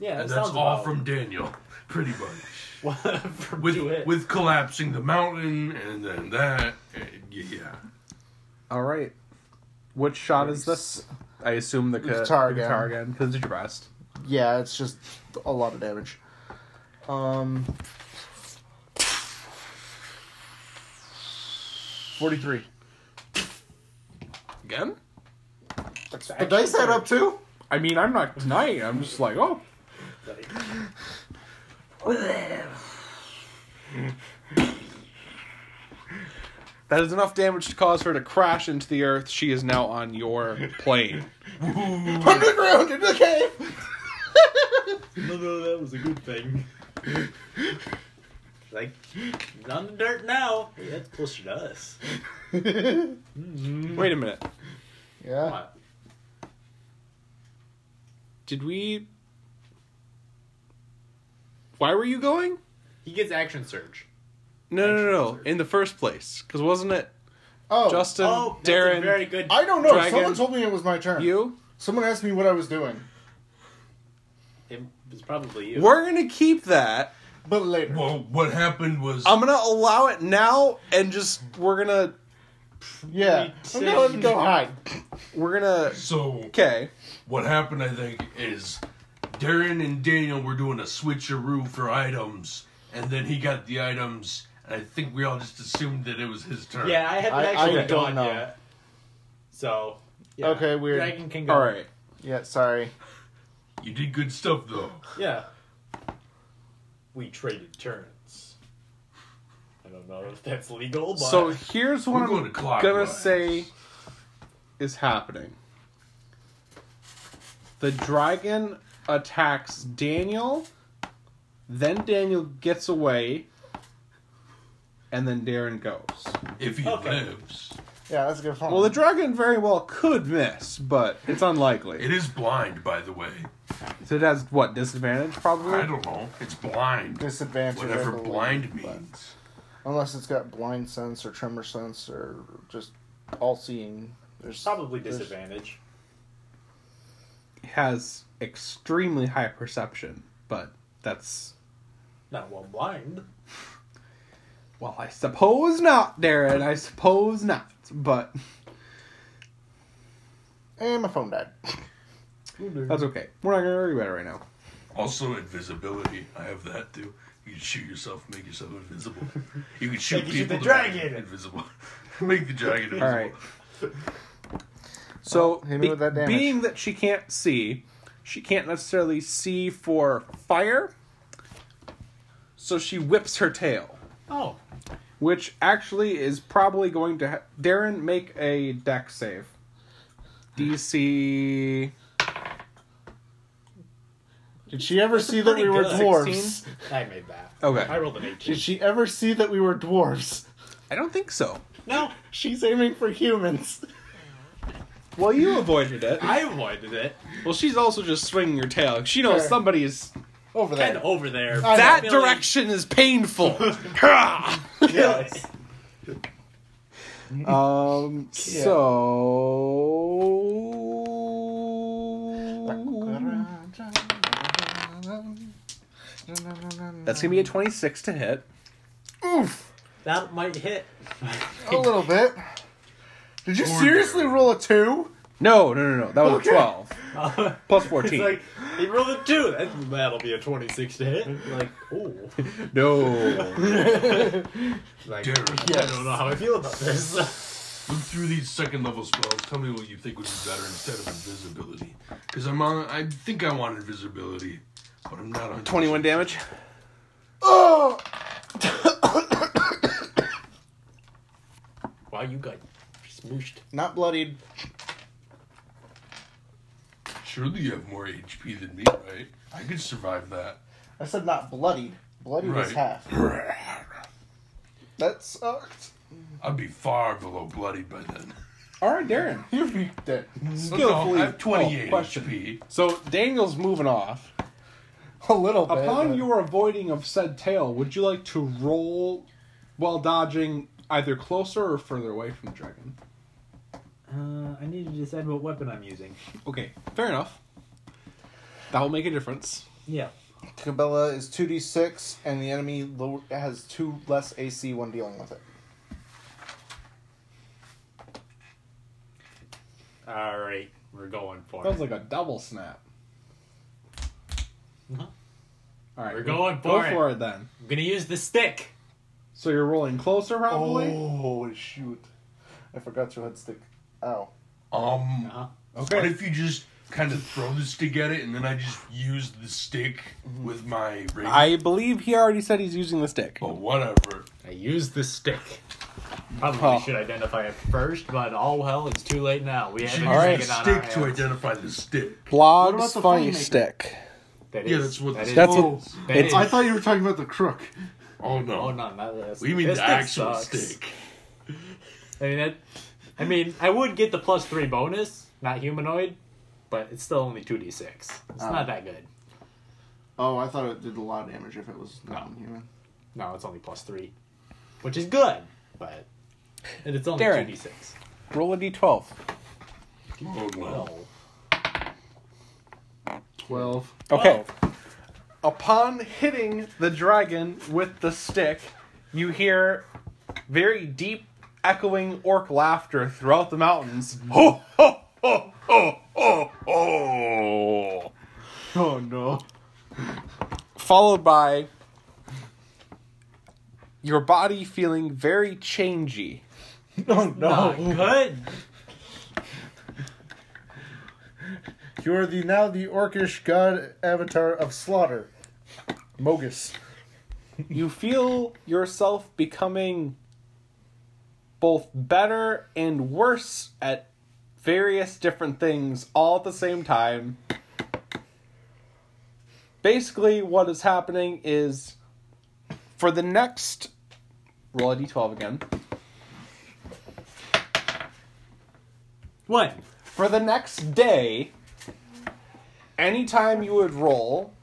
S3: Yeah, that
S1: and that's
S3: sounds
S1: all
S3: about-
S1: from Daniel, pretty much.
S3: from do
S1: With
S3: it.
S1: with collapsing the mountain and then that, and y- yeah.
S2: All right. Which shot is this? I assume the ca-
S4: Guitar
S2: the
S4: again.
S2: guitar again, because it's your best.
S4: Yeah, it's just a lot of damage. Um. 43.
S2: Again?
S4: The dice that up too?
S2: I mean, I'm not denying. it, I'm just like, oh, that is enough damage to cause her to crash into the earth. She is now on your plane.
S4: Underground in the cave!
S3: No, no, that was a good thing. like, it's on the dirt now. Hey, that's closer to us.
S2: Wait a minute.
S3: Come
S4: Yeah.
S3: on.
S2: Did we? Why were you going?
S3: He gets action surge.
S2: No, no, no, no. In the first place, because wasn't it
S4: Oh,
S2: Justin,
S3: oh, that's a
S2: Darren,
S3: very good.
S4: I don't know.
S2: Dragon.
S4: Someone told me it was my turn.
S2: you?
S4: Someone asked me what I was doing.
S3: It was probably you.
S2: We're gonna keep that.
S4: But later.
S1: Well, what happened was
S2: I'm gonna allow it now, and just we're gonna
S4: yeah. I'm gonna let it go hide.
S2: we're gonna.
S1: so.
S2: Okay.
S1: What happened, I think, is Darren and Daniel were doing a switcheroo for items, and then he got the items, and I think we all just assumed that it was his turn.
S3: Yeah, I haven't
S4: I-
S3: actually
S4: I don't
S3: gone
S4: know.
S3: yet. So. Yeah.
S4: Okay, weird.
S3: Dragon can go.
S2: All right.
S4: Yeah, sorry.
S1: You did good stuff, though.
S3: Yeah. We traded turns. I don't know if that's legal, but
S2: So here's what
S1: We're
S2: I'm
S1: going to clockwise.
S2: gonna say is happening. The dragon attacks Daniel, then Daniel gets away, and then Darren goes.
S1: If he
S3: Okay.
S1: lives,
S4: Yeah, that's a good phone.
S2: Well, the dragon very well could miss, but it's unlikely.
S1: it is blind, by the way.
S2: So it has what disadvantage probably.
S1: I don't know. It's blind.
S4: disadvantage. I
S1: Whatever
S4: believe,
S1: blind
S4: but-
S1: means.
S4: Unless it's got blind sense or tremor sense or just all seeing. There's
S3: probably
S4: there's-
S3: disadvantage.
S2: Has extremely high perception, but that's
S3: Not well blind.
S2: well, I suppose not, Darren. I suppose not, but.
S4: And Eh, my phone died.
S2: That's okay. We're not gonna worry about it right now.
S1: Also, invisibility. I have that too. You can shoot yourself, make yourself invisible. You can shoot
S3: Make you shoot
S1: people.
S3: the
S1: to make them
S3: dragon.
S1: invisible. make the dragon invisible.
S2: All right. So
S4: hit me
S2: be-
S4: with that damage.
S2: being that she can't see, she can't necessarily see for fire. So she whips her tail,
S3: Oh,
S2: which actually is probably going to ha- Darren make a deck save. DC
S4: Did she ever see that we
S3: pretty
S4: were
S3: good.
S4: dwarves?
S2: 16?
S3: I made that.
S2: Okay.
S3: I rolled an
S4: Did
S3: 18.
S4: she ever see that we were dwarves?
S2: I don't think so.
S3: No,
S4: She's aiming for humans.
S2: Well, you avoided it.
S3: I avoided it.
S2: Well, she's also just swinging her tail. 'cause She knows
S4: Fair.
S2: somebody is
S4: Over
S3: Kind
S4: there.
S3: of over there.
S4: I
S2: that
S3: Feeling-
S2: direction is painful. Hurrah!
S3: Yes.
S2: Um.
S4: Yeah.
S2: So. That's gonna be a twenty-six to hit.
S3: That might hit.
S4: A little bit. Did you seriously roll a two?
S2: No, no, no, no. That was a twelve
S3: Uh,
S2: plus
S3: it's
S2: fourteen.
S3: like he rolled a two. That, that'll be a twenty-six to hit. Like, ooh.
S2: no.
S3: Like,
S1: Derek.
S3: yeah, I don't know how I feel about this.
S1: Look through these second level spells. Tell me what you think would be better instead of invisibility. Because I'm on. I think I want invisibility, but I'm not on.
S2: Twenty-one damage.
S3: wow, you got smooshed.
S4: Not bloodied.
S1: Surely you have more HP than me, right? I could survive that.
S4: I said not bloodied. Bloodied
S1: Right.
S4: is half. That sucked.
S1: I'd be far below bloody by then.
S10: All right, Darren.
S4: You'd be dead.
S1: No, I have 28
S10: Oh, question.
S1: HP.
S10: So Daniel's moving off.
S4: A little bit.
S10: Upon
S4: but-
S10: your avoiding of said tail, would you like to roll while dodging either closer or further away from the dragon?
S3: Uh, I need to decide what weapon I'm using.
S10: Okay, fair enough. That will make a difference.
S3: Yeah.
S4: Cabela is 2d6, and the enemy lower, has 2 less AC when dealing with it.
S3: All right, we're going for
S10: That
S3: it.
S10: was like a double snap.
S3: Uh-huh.
S10: All right,
S3: We're
S10: go-
S3: going
S10: Go
S3: for it.
S10: for it then.
S3: I'm gonna use the stick.
S10: So you're rolling closer, probably.
S4: Oh, shoot. I forgot your head stick. Ow.
S1: Um,
S3: Uh-huh.
S1: what if you just kind of throw the stick at it and then I just use the stick
S3: Mm-hmm.
S1: with my ring?
S2: I believe he already said he's using the stick.
S1: But whatever.
S3: I use the stick. Probably
S2: Huh.
S3: should identify it first, but all hell, it's too late now. We
S1: Should
S3: haven't
S2: All right.
S1: use
S3: taken
S1: the
S3: on
S1: stick to
S3: our hands.
S1: identify the stick.
S4: What about
S2: Blog's
S4: the
S2: funny
S4: filmmaker?
S2: stick.
S3: That
S1: Yeah,
S3: is-
S1: that's what
S3: that
S1: the
S3: is-
S2: That's
S3: that
S2: what.
S3: is-
S2: it's- I
S4: you were talking about the crook.
S1: Oh no.
S3: Oh no, not this.
S1: We mean
S3: This
S1: the actual
S3: sucks.
S1: stick.
S3: I mean, that, I mean, I would get the plus three bonus, not humanoid, but it's still only two d six. It's
S4: Oh.
S3: not that good.
S4: Oh, I thought it did a lot of damage if it was non-human.
S3: No, it's only plus three, which is good, but and it's only two
S2: Darren.
S3: d six.
S2: Roll a d12.
S1: Oh no.
S3: Well,
S10: 12.
S2: Okay.
S10: Upon hitting
S2: The dragon with the stick, you hear very deep, echoing orc laughter throughout the mountains. Ho, ho, ho, ho, ho, ho.
S4: Oh, no.
S2: Followed by your body feeling very changey. Oh,
S3: not good.
S11: You are the now the orcish god avatar of slaughter, Mogus.
S2: you feel yourself becoming both better and worse at various different things all at the same time. Basically, what is happening is for the next roll a d12 again.
S3: One.
S2: For the next day, anytime you would roll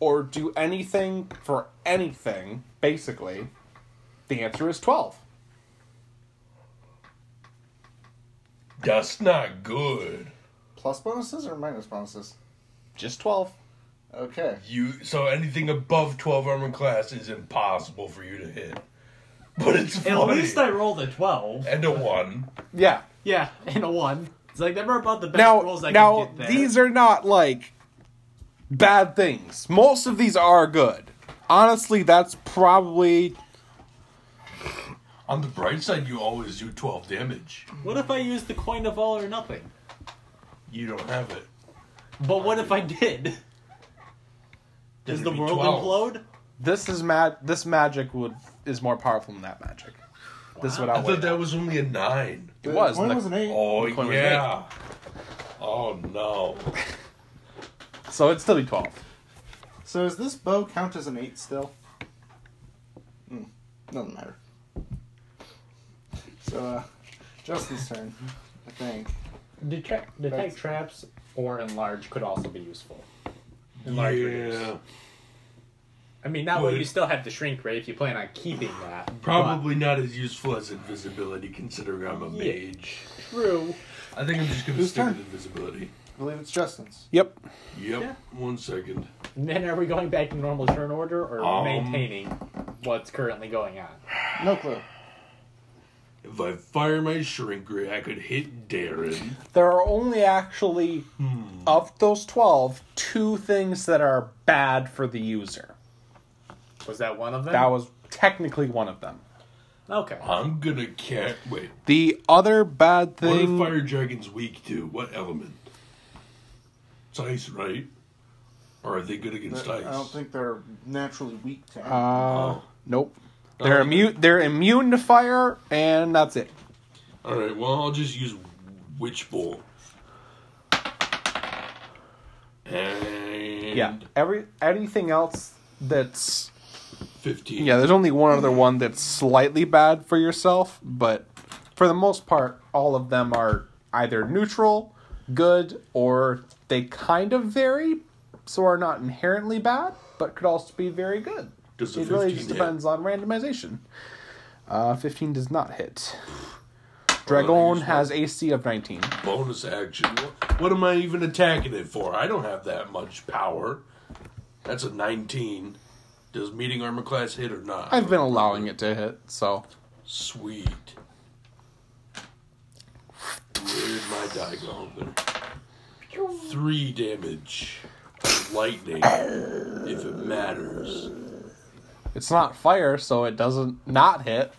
S2: or do anything for anything, basically, the answer is 12.
S1: That's not good.
S4: Plus bonuses or minus bonuses?
S2: Just 12.
S4: Okay.
S1: You so anything above twelve armor class is impossible for you to hit. But it's
S3: At
S1: funny.
S3: least I rolled a twelve.
S1: and a one.
S2: Yeah.
S3: Yeah, and a one. It's like they were about the best
S2: Now,
S3: rolls I
S2: now
S3: could get there.
S2: these are not like bad things. Most of these are good. Honestly, that's probably
S1: On the bright side, you always do twelve damage.
S3: What if I use the coin of all or nothing?
S1: You don't have it.
S3: But what if I did?
S1: Then
S3: Does
S1: it'd
S3: the
S1: be
S3: world
S1: 12.
S3: implode?
S2: this is mad. This magic would is more powerful than that magic. This would
S1: I
S2: outweigh.
S1: thought that was only a nine.
S2: it was.
S4: Mine
S2: and
S4: was
S2: the-
S4: an eight.
S1: Oh
S2: The coin was
S1: yeah. Oh no.
S2: so it'd still be twelve.
S4: So does this bow count as an 8 still? Hmm. Doesn't matter. So, uh, Justin's turn, I think.
S3: Detect,
S4: detect
S3: traps or enlarge could also be useful. Enlarge
S1: Yeah.
S3: I mean, that
S1: Would-
S3: way you still have the shrink rate if you plan on keeping that.
S1: Probably not as useful as invisibility, considering I'm a
S3: Yeah.
S1: mage.
S3: But- true.
S1: I think I'm just gonna
S4: Whose
S1: stick
S4: turn?
S1: with invisibility.
S5: believe it's Justin's.
S2: Yep.
S1: Yep. One second.
S3: And then are we going back to normal turn order or
S1: Um.
S3: maintaining what's currently going on?
S5: No clue.
S1: If I fire my shrink ray, I could hit Darren.
S2: There are only actually,
S3: Hmm.
S2: of those 12, two things that are bad for the user.
S3: Was that one of them?
S2: That was technically one of them.
S3: okay.
S1: I'm gonna can't wait.
S2: The other bad
S1: What are
S2: thing.
S1: fire dragons weak to? What element? It's ice, right? Or are they good against
S5: I
S1: ice?
S5: don't think they're naturally weak to it.
S2: Uh,
S1: Oh.
S2: Nope.
S1: Oh,
S2: They're
S1: okay.
S2: immune. They're immune to fire, and that's it.
S1: All right. Well, I'll just use witch bolt. And
S2: Yeah. Every anything else that's
S1: fifteen.
S2: yeah. There's only one other one that's slightly bad for yourself, but for the most part, all of them are either neutral, good, or they kind of vary, so are not inherently bad, but could also be very good.
S1: Does the
S2: It really
S1: 15
S2: just
S1: hit?
S2: depends on randomization. Uh, 15 does not hit.
S1: Well, I
S2: Dragon
S1: use
S2: has
S1: my
S2: AC of 19.
S1: bonus action. What, what am I even attacking it for? I don't have that much power. That's a nineteen. Does meeting armor class hit or not?
S2: I've been allowing it to hit, so.
S1: Sweet. Where'd my die go? There. Three damage. Lightning, if it matters.
S2: It's not fire, so it doesn't not hit.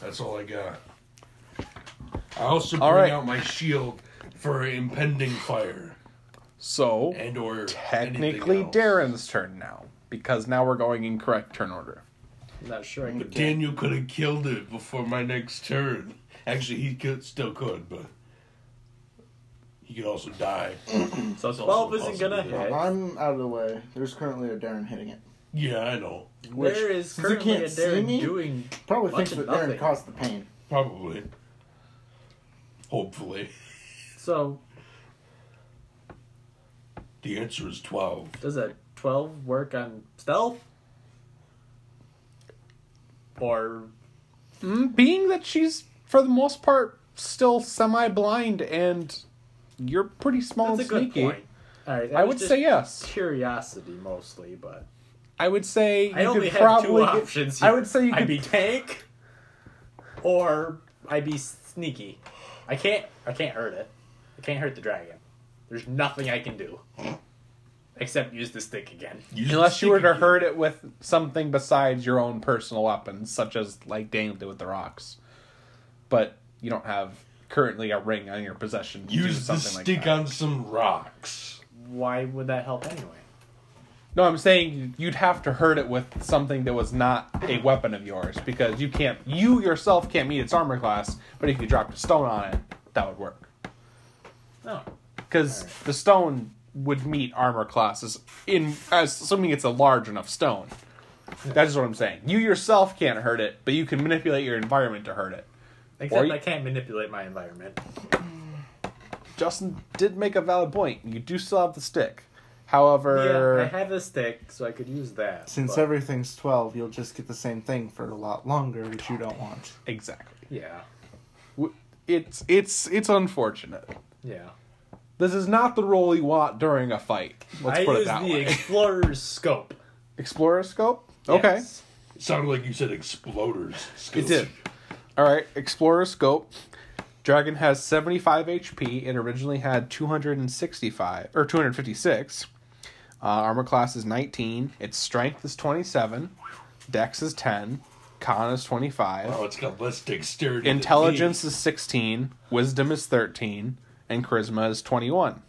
S1: That's all I got. I also bring
S2: All right.
S1: out my shield for impending fire
S2: So,
S1: and or
S2: technically
S1: anything else.
S2: Darren's turn now, because now we're going in correct turn order.
S3: I'm not sure I
S1: But
S3: could.
S1: Daniel could have killed it before my next turn. Actually, he could still could, but he could also die. It's also
S3: 12
S1: a
S3: isn't gonna
S1: possibility.
S3: hit.
S5: I'm out of the way. There's currently a Darren hitting it.
S1: Yeah, I know.
S5: Which-
S3: Where is
S5: since you
S3: currently
S5: can't
S3: a
S5: see
S3: Darren
S5: me-
S3: doing?
S5: Probably
S3: Bunch
S5: thinks
S3: of
S5: that Darren
S3: nothing.
S5: caused the pain.
S1: Probably. Hopefully.
S3: So
S1: The answer is 12.
S3: does a twelve work on stealth? Or
S2: Mm, Being that she's, for the most part, still semi blind and you're pretty small
S3: that's a
S2: and
S3: good
S2: sneaky,
S3: point. All right, that
S2: I
S3: was
S2: would
S3: just
S2: say yes.
S3: Curiosity mostly, but
S2: I would say you
S3: I only
S2: could
S3: have
S2: probably.
S3: two
S2: get-
S3: options.
S2: I
S3: here.
S2: would say you
S3: I
S2: could.
S3: be tank, or I be sneaky. I can't. I can't hurt it. I can't hurt the dragon. There's nothing I can do except use the stick again.
S2: Unless you were to hurt it with something besides your own personal weapons, such as like Daniel did with the rocks. But you don't have currently a ring on your possession to do
S1: Use the
S2: something
S1: stick
S2: like that.
S1: on some rocks.
S3: Why would that help anyway?
S2: No, I'm saying you'd have to hurt it with something that was not a weapon of yours because you can't you yourself can't meet its armor class, but if you dropped a stone on it, that would work.
S3: No.
S2: Because the stone would meet armor classes in as assuming it's a large enough stone. That is what I'm saying. You yourself can't hurt it, but you can manipulate your environment to hurt it.
S3: Except
S2: you-
S3: I can't manipulate my environment.
S2: Justin did make a valid point. You do still have the stick. However,
S3: Yeah, I have a stick, so I could use that.
S5: Since
S3: but-
S5: everything's 12, you'll just get the same thing for a lot longer, which you don't want.
S2: exactly.
S3: yeah,
S2: W- It's it's it's unfortunate.
S3: yeah.
S2: This is not the role you want during a fight. Let's
S3: I
S2: put it
S3: use
S2: that
S3: the
S2: way.
S3: explorer's scope.
S2: Explorer scope. Okay,
S3: Yes.
S1: It sounded like you said exploders.
S2: it did. All right, explorer scope. Dragon has 75 HP. It originally had 265 or 256. Uh, armor class is 19. Its strength is 27. Dex is 10. Con is 25.
S1: Oh, it's got less dexterity. than
S2: Intelligence
S1: me.
S2: is 16, wisdom is 13, and charisma is 21.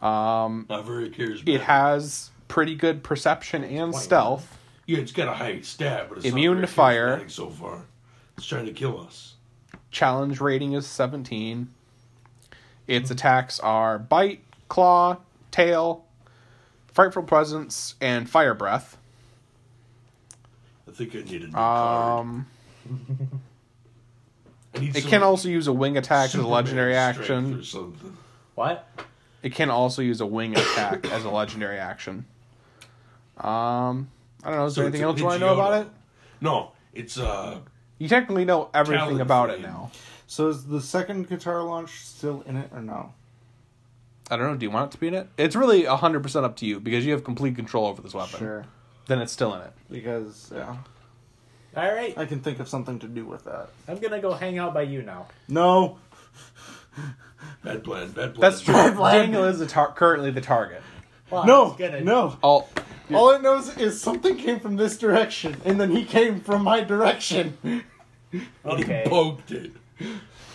S1: Not very charismatic.
S2: It has pretty good perception and stealth.
S1: Yeah, it's got a high stat, but it's not
S2: Immune
S1: very
S2: to fire.
S1: charismatic So far, it's trying to kill us.
S2: Challenge rating is 17. Its attacks are bite, claw, tail, frightful presence, and fire breath.
S1: I think I need a new card.
S2: Um,
S1: I need
S2: it
S1: some
S2: can also use a wing attack as a
S1: Superman
S2: legendary
S1: strength or
S2: action.
S1: something.
S3: What?
S2: It can also use a wing attack as a legendary action. Um, I don't know. Is
S1: So
S2: there
S1: it's
S2: anything
S1: a
S2: else you want to know about
S1: Pidgeotto.
S2: it?
S1: No, it's uh
S2: You technically know everything about it
S1: Talonflame.
S2: now.
S4: So is the second guitar launch still in it or no?
S2: I don't know. Do you want it to be in it? It's really hundred percent up to you because you have complete control over this weapon.
S4: Sure.
S2: Then it's still in it.
S4: Because yeah,
S3: All right,
S4: I can think of something to do with that.
S3: I'm gonna go hang out by you now.
S4: No.
S1: Bad plan, bad plan.
S2: That's true. Daniel is the tar- currently the target.
S3: Well, I
S4: No.
S3: was gonna-
S4: No.
S2: All
S4: All it knows is something came from this direction, and then he came from my direction.
S3: Okay.
S1: Poked it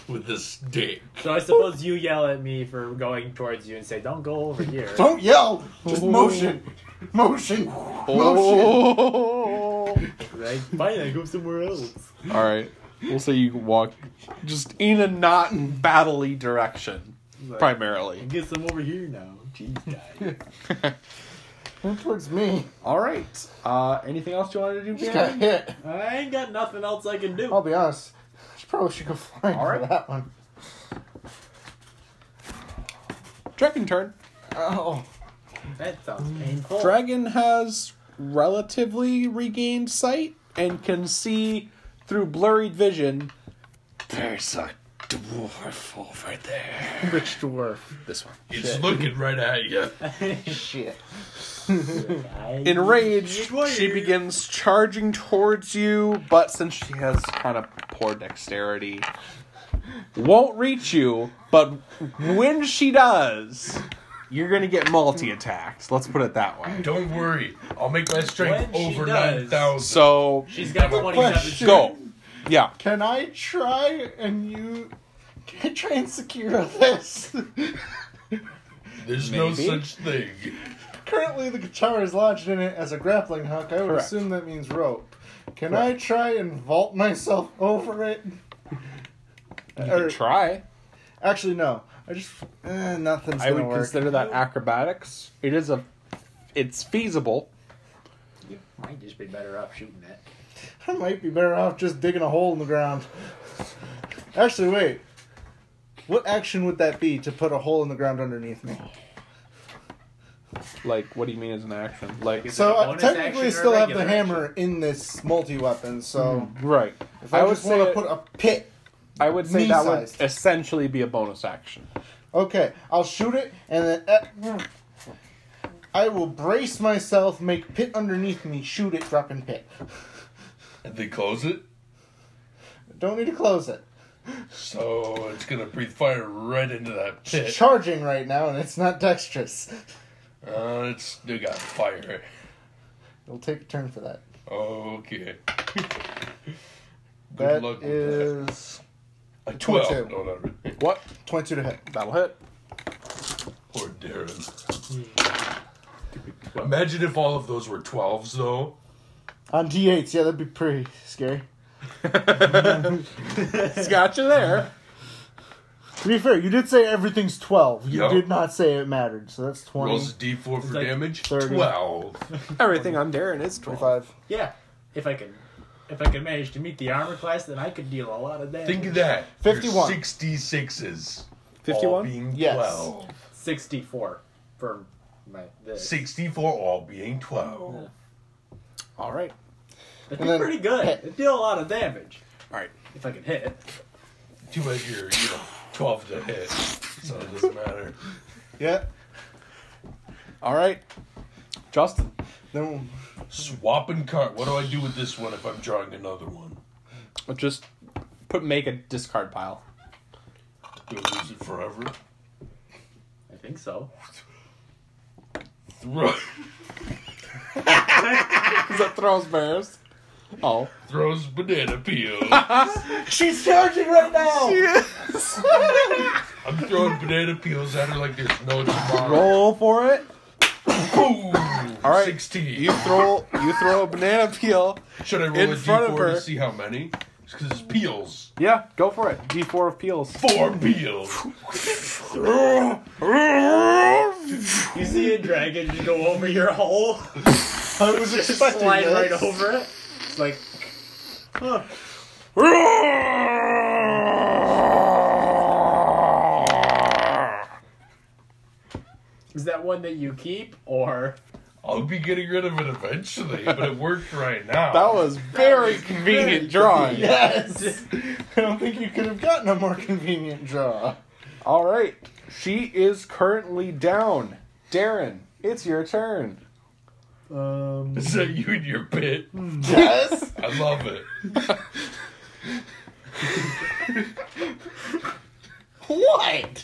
S1: with the stick.
S3: So I suppose you yell at me for going towards you and say, "Don't go over here."
S4: Don't yell. Just motion. Motion. Motion.
S3: Right? Fine, I go somewhere else.
S2: All right. We'll say you walk just in a not battley direction, primarily.
S3: Guess I'm over here now. Jeez, guys.
S4: Turn towards me.
S2: All right. Uh, anything else you wanted to do?
S4: Just
S2: Barry?
S4: got hit.
S3: I ain't got nothing else I can do.
S4: I'll be honest. I probably should go flying for
S2: Alright.
S4: that one.
S2: Dragon turn.
S4: Oh.
S3: That sounds painful.
S2: Dragon has relatively regained sight and can see through blurred vision.
S7: There's a dwarf over there.
S4: Rich dwarf.
S2: This one.
S1: It's looking right at you.
S4: Shit.
S3: I-
S2: Mm-hmm. Enraged,
S3: Wait.
S2: she begins charging towards you, but since she has kind of poor dexterity, won't reach you. But when she does, you're gonna get multi attacks. Let's put it that way.
S1: Don't worry. I'll make my strength
S3: When she
S1: over
S3: does.
S1: 9,000.
S2: So
S3: She's got
S4: Question.
S3: 27.
S2: go, yeah.
S4: Can I try and you can I try and secure this?
S1: There's no
S2: Maybe.
S1: such thing.
S4: Currently, the guitar is lodged in it as a grappling hook. I would
S2: Correct.
S4: assume that means rope. Can I try and vault myself over it?
S2: You
S4: Or-
S2: can try.
S4: actually, no. I just eh, nothing's
S2: I
S4: gonna
S2: would
S4: work.
S2: consider that acrobatics. It is a, it's feasible.
S3: You might just be better off shooting it.
S4: I might be better off just digging a hole in the ground. Actually, wait. What action would that be to put a hole in the ground underneath me?
S2: Like, what do you mean as an action? Like,
S3: Is it
S4: So
S3: a
S4: I
S3: bonus action
S4: technically
S3: or
S4: still
S3: a
S4: have the
S3: regular action?
S4: hammer in this multi-weapon, so
S2: right.
S4: if I,
S2: I would
S4: just want
S2: say-
S4: to put a pit
S2: I would say
S4: Knee
S2: that
S4: sized.
S2: would essentially be a bonus action.
S4: Okay, I'll shoot it, and then eh, I will brace myself, make pit underneath me, shoot it, drop in pit.
S1: And they close it,
S4: Don't need to close it.
S1: so it's gonna breathe fire right into that
S4: It's
S1: pit.
S4: charging right now, and it's not dexterous.
S1: Uh, it's they got fire.
S4: It'll take a turn for that.
S1: Okay. Good
S4: That
S1: luck with
S4: is
S1: that. A twelve.
S4: 22.
S1: No, not really.
S2: What?
S4: twenty-two to hit.
S2: That'll hit.
S1: Poor Darren. Hmm. Imagine if all of those were twelves, though.
S4: On d8s, yeah, that'd be pretty scary.
S2: It's got you there.
S4: To be fair, you did say everything's twelve. You
S1: Yeah.
S4: did not say it mattered, so that's twenty.
S1: Rolls a D four for
S3: like
S1: damage.
S4: 30.
S1: Twelve.
S2: Everything on Darren is 12.
S4: 25.
S3: Yeah. If I could, if I could manage to meet the armor class, then I could deal a lot of damage.
S1: Think of that.
S4: 51.
S1: Sixty sixes.
S2: 51?
S1: Being
S4: Yes.
S1: twelve.
S3: 64 for my. This.
S1: Sixty four. All being twelve.
S2: All right.
S3: That'd be
S4: And then-
S3: pretty good. It'd deal a lot of damage.
S2: All right.
S3: If I can hit it.
S1: Too bad you're you know twelve to hit, so it doesn't matter.
S4: Yeah.
S2: All right. Justin.
S4: Then
S1: Swapping card. What do I do with this one if I'm drawing another one?
S2: Just put make a discard pile.
S1: Do I lose it forever?
S3: I think so.
S1: Throw,
S2: Because that throws bears. Oh.
S1: throws banana peel.
S4: she's charging right now.
S1: I'm throwing banana peels at her like there's no tomorrow.
S2: Roll for it.
S1: Boom! All
S2: right.
S1: sixteen.
S2: You throw you throw a banana peel.
S1: Should I roll
S2: in
S1: a
S2: front of
S1: d4
S2: her.
S1: to see how many? Because it's peels.
S2: Yeah, go for it. D4 of peels.
S1: Four peels.
S3: You see a dragon just go over your hole,
S4: I was expecting
S3: slide
S4: this.
S3: right over it. It's like, huh. Is that one that you keep, or
S1: I'll be getting rid of it eventually, but it worked right now.
S2: That was very convenient drawing.
S4: Yes! I don't think you could have gotten a more convenient draw.
S2: All right. She is currently down. Darren, it's your turn.
S4: Um,
S1: Is that you and your bit?
S4: yes!
S1: I love it.
S4: What?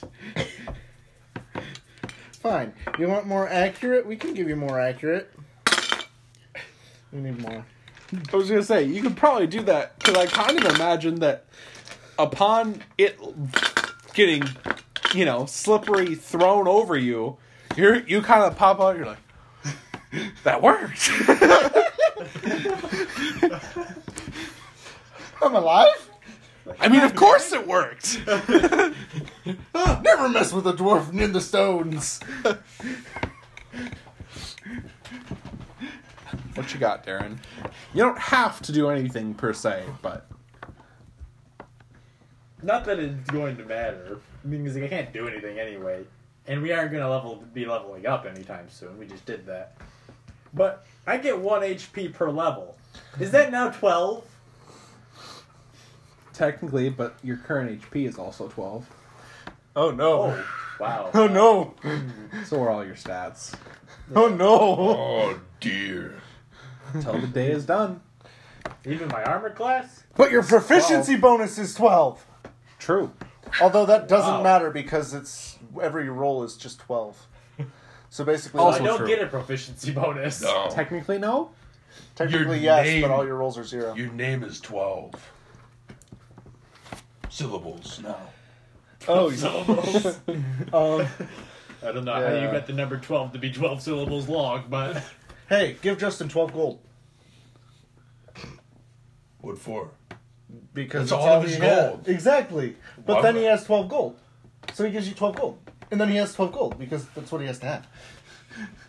S4: Fine. You want more accurate? We can give you more accurate. We need more.
S2: I was going to say, you could probably do that because I kind of imagine that upon it getting, you know, slippery thrown over you, you're, you kind of pop out, you're like, that worked.
S4: I'm alive?
S2: I mean, of course it worked.
S4: Never mess with a dwarf in the stones.
S2: What you got, Darren? You don't have to do anything per se, but
S3: Not that it's going to matter. I mean, 'cause, like, I can't do anything anyway, and we aren't gonna level be leveling up anytime soon. We just did that. But I get one HP per level. Is that now twelve?
S2: technically, but your current HP is also 12.
S4: Oh no.
S3: Oh, wow.
S4: Oh no.
S2: So are all your stats.
S4: Oh no.
S1: Oh dear.
S2: Till the day is done.
S3: Even my armor class.
S4: But your proficiency bonus is 12.
S2: True.
S4: Although that doesn't
S3: Wow.
S4: matter because it's every roll is just 12. So basically,
S3: Well,
S2: Also
S3: I don't
S2: true.
S3: get a proficiency bonus.
S1: No.
S2: Technically, no.
S4: technically
S1: your
S4: yes,
S1: name-
S4: but all your rolls are zero.
S1: Your name is 12. Syllables. No.
S4: oh,
S3: Syllables.
S4: um,
S3: I don't know how
S4: Yeah.
S3: you got the number twelve to be twelve syllables long, but
S4: hey, give Justin 12 gold
S1: What for?
S4: because
S1: That's
S4: it's
S1: all of
S4: he
S1: his
S4: had.
S1: gold.
S4: Exactly. But
S1: Why
S4: then
S1: would
S4: he
S1: I-
S4: has 12 gold. So he gives you 12 gold. And then he has 12 gold because that's what he has to have.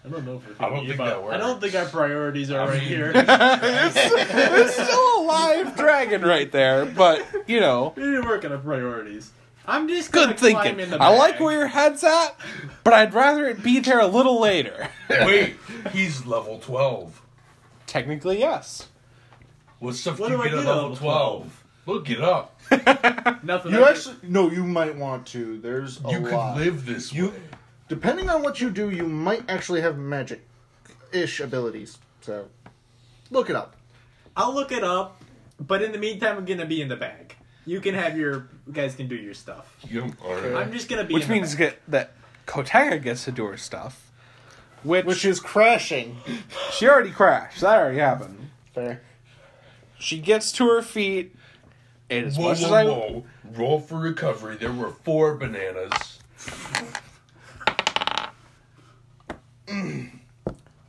S3: I don't know if we're
S1: I don't
S3: thinking
S1: think
S3: about-
S1: that
S3: I don't
S1: works.
S3: think our priorities are
S1: I
S3: right
S1: mean-
S3: here.
S2: It's still a live dragon right there, but you know,
S3: we need to work on our priorities. I'm just gonna
S2: good
S3: climb
S2: thinking.
S3: In the
S2: I like
S3: bag.
S2: where your head's at, but I'd rather it be there a little later.
S1: Wait, he's level 12.
S2: Technically, yes.
S1: What stuff
S3: What
S1: do
S3: do
S1: you
S3: I
S1: get at
S3: get at
S1: level
S3: level
S1: 12? Look it up.
S3: nothing.
S4: You
S3: I can-
S4: actually no. You might want to. There's a
S1: You
S4: lot.
S1: could live this
S4: You-
S1: way.
S4: Depending on what you do, you might actually have magic-ish abilities. So look it up.
S3: I'll look it up, but in the meantime, I'm gonna be in the bag. You can have your you guys can do your stuff.
S1: You are
S3: I'm just gonna be.
S2: Which
S3: in the
S2: means
S3: bag.
S2: get, that Kotanga gets to do her stuff, which,
S4: Which is crashing.
S2: she already crashed. That already happened.
S4: Fair.
S2: She gets to her feet, and as
S1: Whoa,
S2: much as
S1: whoa,
S2: I
S1: whoa. Roll for recovery. There were four bananas.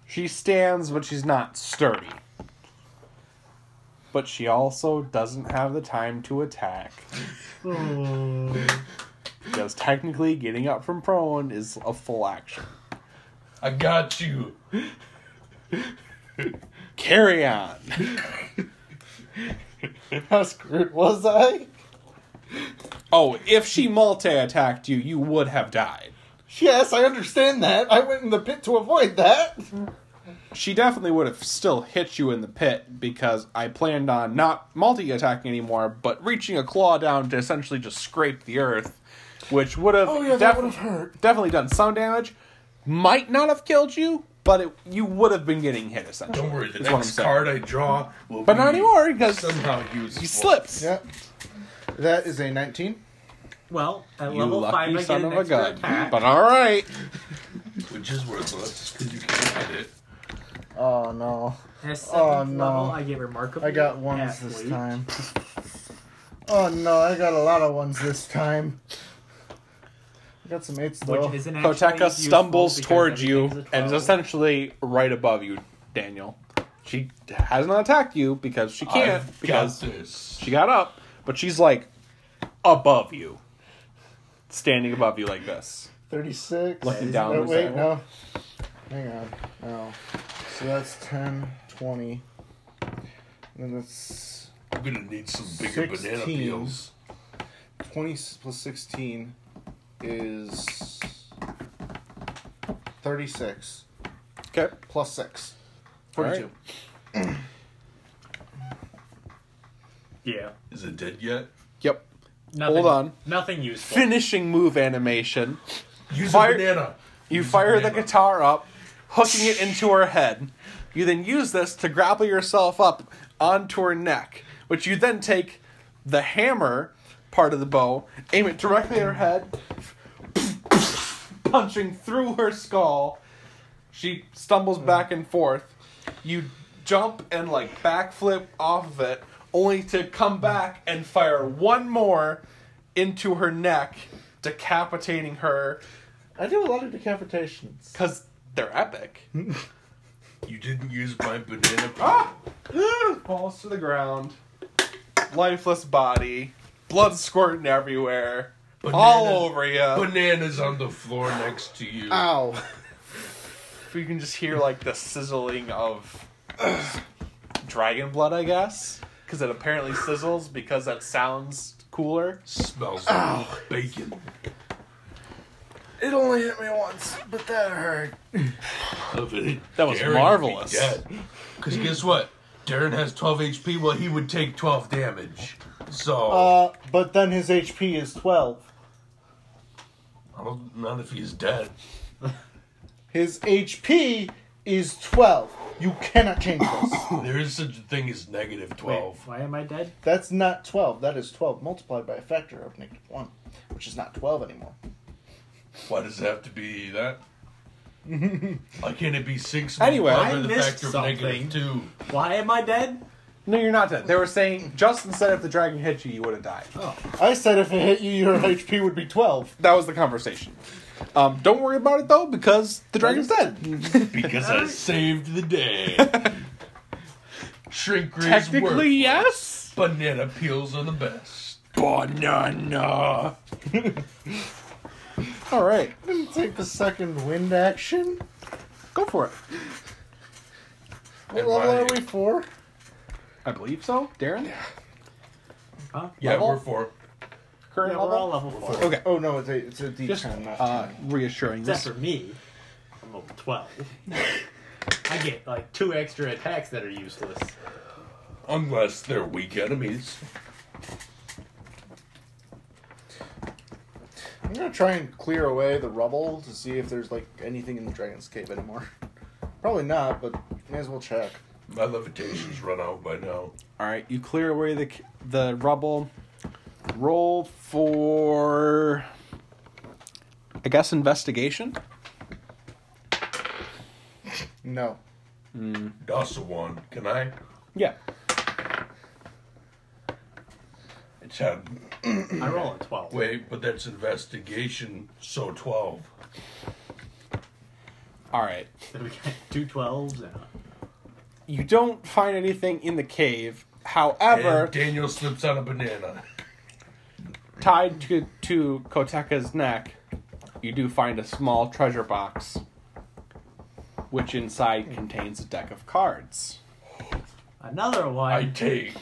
S2: She stands, but she's not sturdy. But she also doesn't have the time to attack. because technically, getting up from prone is a full action.
S1: I got you.
S2: Carry on.
S4: How screwed was I?
S2: Oh, if she multi attacked you, you would have died.
S4: Yes, I understand that. I went in the pit to avoid that.
S2: She definitely would have still hit you in the pit because I planned on not multi attacking anymore, but reaching a claw down to essentially just scrape the earth, which would have def-
S4: hurt.
S2: definitely done some damage. Might not have killed you, but it, you would have been getting hit essentially.
S1: Don't worry, the
S2: That's what I'm
S1: next
S2: saying.
S1: card I draw will
S2: But not
S1: be
S2: anymore because
S1: somehow useful.
S2: he slips.
S4: Yeah. That is a 19.
S3: well at
S2: You
S3: level five. I
S2: lucky
S3: get
S2: son of
S3: an
S2: a
S3: extra
S2: gun.
S3: attack.
S2: But all right,
S1: Which is worthless because you can't hit it.
S4: Oh no.
S3: At a
S4: Oh,
S3: seventh
S4: no.
S3: level, I get remarkable.
S4: I got ones this
S3: athlete.
S4: time. Oh no, I got a lot of ones this time. I got some eights though.
S3: Which isn't actually
S2: Koteka Oh.
S3: useful
S2: stumbles
S3: because
S2: towards you
S3: everything's a
S2: and is
S3: 12.
S2: essentially right above you, Daniel. She has not attacked you because she can't
S1: I've got
S2: because
S1: this.
S2: she got up, but she's like above you, standing above you like this.
S4: 36.
S2: Looking down,
S4: Oh,
S2: is
S4: wait,
S2: that-
S4: no. Hang on. No. So that's 10, 20. And then that's
S1: I'm gonna need some bigger banana
S4: 16.
S1: peels.
S4: 20 plus 16 is 36.
S2: Okay.
S6: plus six.
S2: Forty-two.
S3: Yeah.
S1: Is it dead yet?
S2: Yep.
S3: Nothing,
S2: Hold on.
S3: Nothing useful.
S2: Finishing move animation.
S1: Use
S2: Fire-
S1: a banana.
S2: You fire the
S1: banana.
S2: guitar up, hooking it into her head. You then use this to grapple yourself up onto her neck, which you then take the hammer part of the bow, aim it directly at her head, punching through her skull. She stumbles back and forth. You jump and like backflip off of it, only to come back and fire one more into her neck, decapitating her
S4: I do a lot of decapitations.
S2: because they're epic.
S1: You didn't use my banana.
S2: Ah. Falls to the ground. Lifeless body. Blood squirting everywhere.
S1: Banana-
S2: all over you.
S1: Bananas on the floor next to you.
S6: Ow.
S2: you can just hear like the sizzling of dragon blood, I guess. Because it apparently sizzles because that sounds cooler.
S1: Smells like bacon.
S4: It only hit me once, but that hurt.
S2: That was marvelous.
S1: Because guess what? Darren has 12 HP. Well, he would take 12 damage. So,
S4: Uh, but then his HP is 12.
S1: I don't, not if he's dead.
S4: His HP is 12. You cannot change this.
S1: There is such a thing as negative
S3: Wait,
S1: 12.
S3: why am I dead?
S4: That's not 12. That is 12 multiplied by a factor of negative 1, which is not 12 anymore.
S1: Why does it have to be that? Why can't it be 6
S2: Anyway,
S1: multiplied by
S3: I
S1: the
S3: missed
S1: factor of negative 2?
S3: Why am I dead?
S2: No, you're not dead. They were saying Justin said if the dragon hit you, you would have died.
S4: I said if it hit you, your HP would be 12.
S2: Oh. That was the conversation. Um, don't worry about it though, because the dragon's dead.
S1: Because I saved the day. Shrink rays
S2: Technically,
S1: work.
S2: yes.
S1: Banana peels are the best.
S2: Banana. All right,
S4: Didn't take the second wind action.
S2: go for it.
S4: What
S1: And
S4: level
S1: why-
S4: are we for?
S2: I believe so, Darren.
S3: Huh?
S1: Yeah,
S2: Level?
S1: we're for.
S2: Current
S3: Yeah,
S2: level.
S3: we're all level four.
S2: Okay.
S4: Oh no, it's a, it's a D10.
S2: Just
S4: not
S2: uh, reassuring
S3: Except
S2: this.
S3: for me, I'm level twelve. I get like two extra attacks that are useless.
S1: Unless they're weak enemies.
S4: I'm gonna try and clear away the rubble to see if there's like anything in the dragon's cave anymore. Probably not, but may as well check.
S1: My levitation's run out by now.
S2: All right, you clear away the the rubble. Roll for, I guess, investigation.
S4: No.
S1: Dasa one. Can I?
S2: Yeah.
S1: It's had.
S3: I roll a twelve.
S1: Wait, but that's investigation. So twelve.
S2: All right.
S3: So we got two twelves and a
S2: You don't find anything in the cave. However,
S1: And Daniel slips on a banana.
S2: tied to, to Koteka's neck, you do find a small treasure box, which inside contains a deck of cards.
S3: another one.
S1: I take.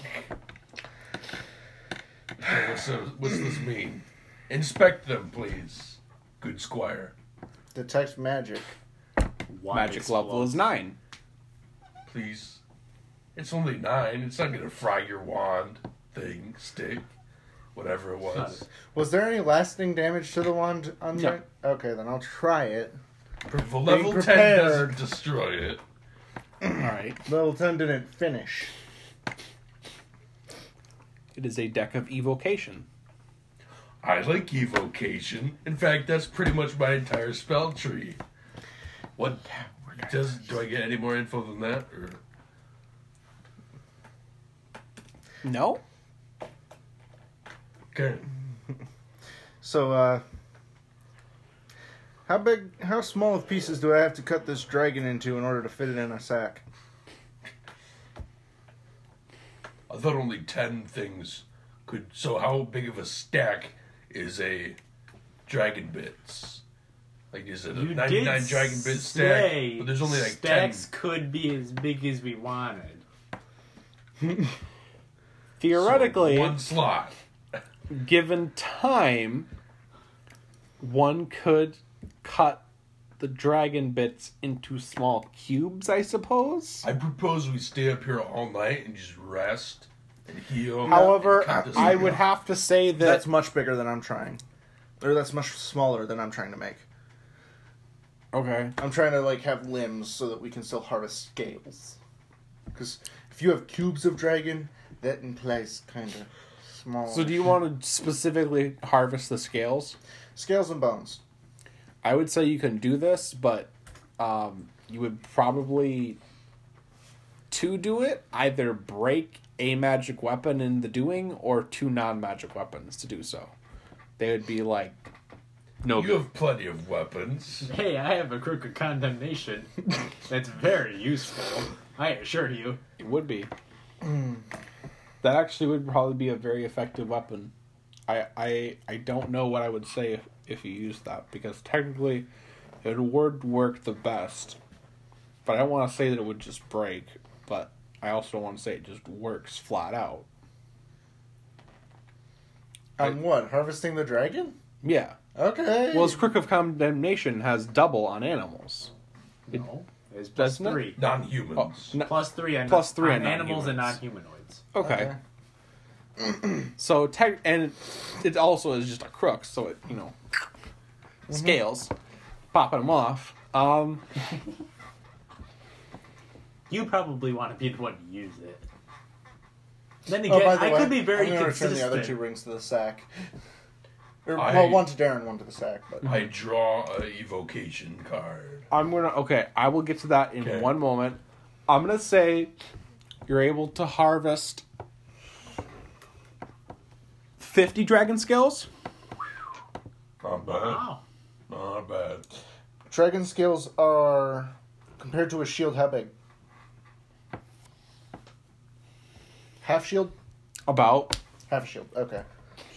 S1: Okay, what's, this, what's this mean? Inspect them, please, good squire.
S4: Detect magic.
S3: One
S2: Magic level
S3: explode.
S2: is nine.
S1: Please. It's only nine. It's not gonna fry your wand, thing, stick, whatever it was.
S4: Was there any lasting damage to the wand on
S2: No.
S4: the Okay, then I'll try it.
S1: If level ten
S4: prepared.
S1: doesn't destroy it.
S2: All right.
S4: Level 10 didn't finish.
S2: It is a deck of evocation.
S1: I like evocation. In fact, that's pretty much my entire spell tree. What does do I get any more info than that? Or
S2: No?
S1: okay,
S4: So, uh. How big, how small of pieces do I have to cut this dragon into in order to fit it in a sack?
S1: I thought only ten things could. So how big of a stack is a dragon bits? Like is it a
S3: You
S1: ninety-nine
S3: did
S1: dragon bit stack?
S3: say
S1: But there's only like
S3: stacks could be as big as we wanted.
S1: ten.
S2: Theoretically,
S1: So one slot.
S2: given time, one could cut the dragon bits into small cubes, I suppose.
S1: I propose we stay up here all night and just rest and heal.
S2: However,
S1: and cut this
S2: I
S1: thing
S2: would
S1: up.
S2: have to say that
S4: That's much bigger than I'm trying. Or that's much smaller than I'm trying to make.
S2: okay.
S4: I'm trying to like have limbs so that we can still harvest scales. Because if you have cubes of dragon, that implies kind of small.
S2: So, do you want to specifically harvest the scales?
S4: scales and bones?
S2: I would say you can do this, but um, you would probably to do it either break a magic weapon in the doing or two non-magic weapons to do so. They would be like no
S1: You
S2: good.
S1: have plenty of weapons.
S3: Hey, I have a crook of condemnation. That's very useful. I assure you.
S2: It would be. that actually would probably be a very effective weapon. I I I don't know what I would say if, if you used that because technically it would work the best. But I don't want to say that it would just break, but I also want to say it just works flat out.
S4: On what? Harvesting the dragon?
S2: Yeah.
S4: Okay. Oh,
S2: Well, his crook of condemnation has double on animals.
S3: No. It's plus
S2: Doesn't it?
S3: three.
S1: Non humans.
S2: Oh, no.
S3: Plus three on,
S2: Plus three
S3: on
S2: on
S3: animals and non
S2: non-humans.
S3: humanoids.
S2: Okay. so tech and it also is just a crook, so it you know
S1: Mm-hmm.
S2: scales, popping them off. Um,
S3: You probably want to be the one to use it. Then
S4: Oh,
S3: again,
S4: by the
S3: I
S4: way,
S3: could be very
S4: I'm gonna
S3: consistent.
S4: return the other two rings to the sack. Or,
S1: I-
S4: well, one to Darren, one to the sack.
S2: mm-hmm.
S4: But
S3: Mm-hmm.
S1: I draw a evocation card.
S2: I'm gonna okay. I will get to that in
S1: Okay.
S2: one moment. I'm gonna say you're able to harvest fifty dragon scales.
S1: Not bad.
S3: Wow.
S1: Not bad.
S4: dragon scales are compared to a shield. How big? Half shield.
S2: About
S4: Half shield. Okay.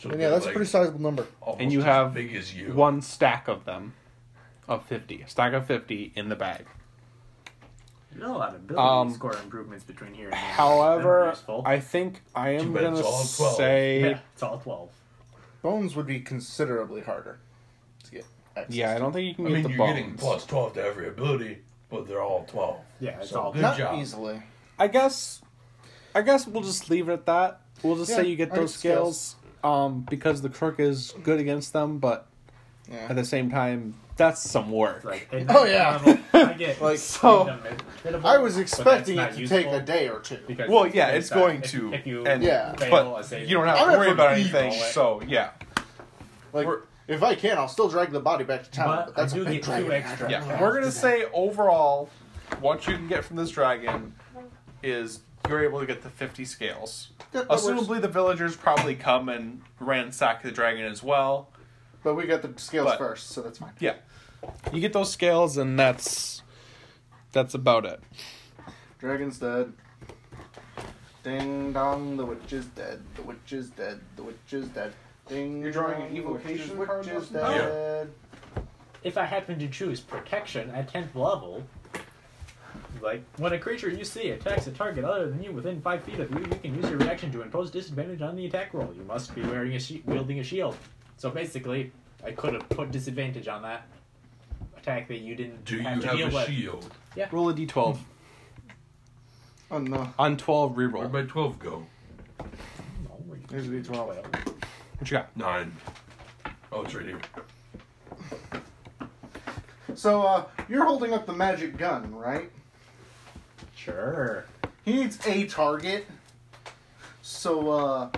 S1: So
S4: And yeah,
S1: they're
S4: that's
S1: like
S4: a pretty sizable number.
S1: almost
S2: And you
S1: as
S2: have
S1: big as you.
S2: one stack of them, of fifty, a stack of fifty in the bag.
S3: There's a lot of ability
S2: Um,
S3: score improvements between here and there. That'd be
S2: However,
S3: useful.
S2: I think I am
S1: Too bad
S2: gonna
S1: it's all 12.
S2: say
S3: Yeah, it's all 12.
S4: Bones would be considerably harder to get. Access
S2: Yeah, I
S4: to.
S2: don't think you can
S1: I
S2: get
S1: mean,
S2: the
S1: you're
S2: bones.
S1: getting plus 12 to every ability, but they're all 12.
S3: Yeah, it's
S1: So
S3: all
S1: good
S4: Not
S1: job.
S4: easily.
S2: I guess, I guess we'll just leave it at that. We'll just
S4: Yeah,
S2: say you get
S4: I get
S2: those scales, um, because the crook is good against them, but
S4: Yeah.
S2: at the same time, that's some work.
S3: Like, at
S4: Oh,
S3: that
S4: yeah.
S3: level, I get
S4: Like,
S2: so-
S3: freedom is inevitable,
S4: I was
S3: but
S4: expecting it
S3: that's
S4: to
S3: not
S4: take a
S3: useful
S4: day or two.
S3: because
S12: Well, yeah,
S3: based
S12: it's
S3: on-
S12: going
S3: if-
S12: to,
S3: If you
S12: and-
S4: Yeah.
S3: fail a
S12: But
S3: save,
S12: you don't have
S4: I'm
S12: to
S4: not
S12: worry about
S4: from
S12: anything.
S4: evil.
S12: So yeah,
S4: Like,
S12: We're-
S4: if I can, I'll still drag the body back to town. But,
S3: But I
S4: that's a
S3: do
S4: big
S3: get two
S4: dragon.
S3: extra.
S12: yeah. We're gonna say overall, what you can get from this dragon is you're able to get the fifty scales.
S4: Yeah, that
S12: Assumably,
S4: works.
S12: the villagers probably come and ransack the dragon as well.
S4: But we got the scales
S12: But-
S4: first, so that's fine.
S12: Yeah,
S2: You get those scales, and that's that's about it.
S4: Dragon's dead. Ding dong, the witch is dead. The witch is dead. The witch is dead. Ding.
S2: You're drawing an
S4: dong, the
S2: evocation
S4: witch is-
S2: card,
S4: Witch is
S2: Dustin?
S4: dead.
S3: if I happen to choose protection at 10th level, like when a creature you see attacks a target other than you within 5 feet of you, you can use your reaction to impose disadvantage on the attack roll. You must be wearing a shi wielding a shield. So basically, I could have put disadvantage on that attack that you didn't
S1: Do you
S3: have
S1: have,
S3: to deal
S1: a
S3: with.
S1: shield?
S2: Roll a d12
S4: Oh no.
S2: on 12
S1: Where'd
S2: reroll.
S1: my 12 go?
S3: No, we can
S4: Here's a
S3: use
S4: D12.
S3: twelve.
S2: What you got?
S1: Nine. Oh, it's right here.
S4: So, uh, you're holding up the magic gun, right?
S3: Sure.
S4: He needs a target. So, uh,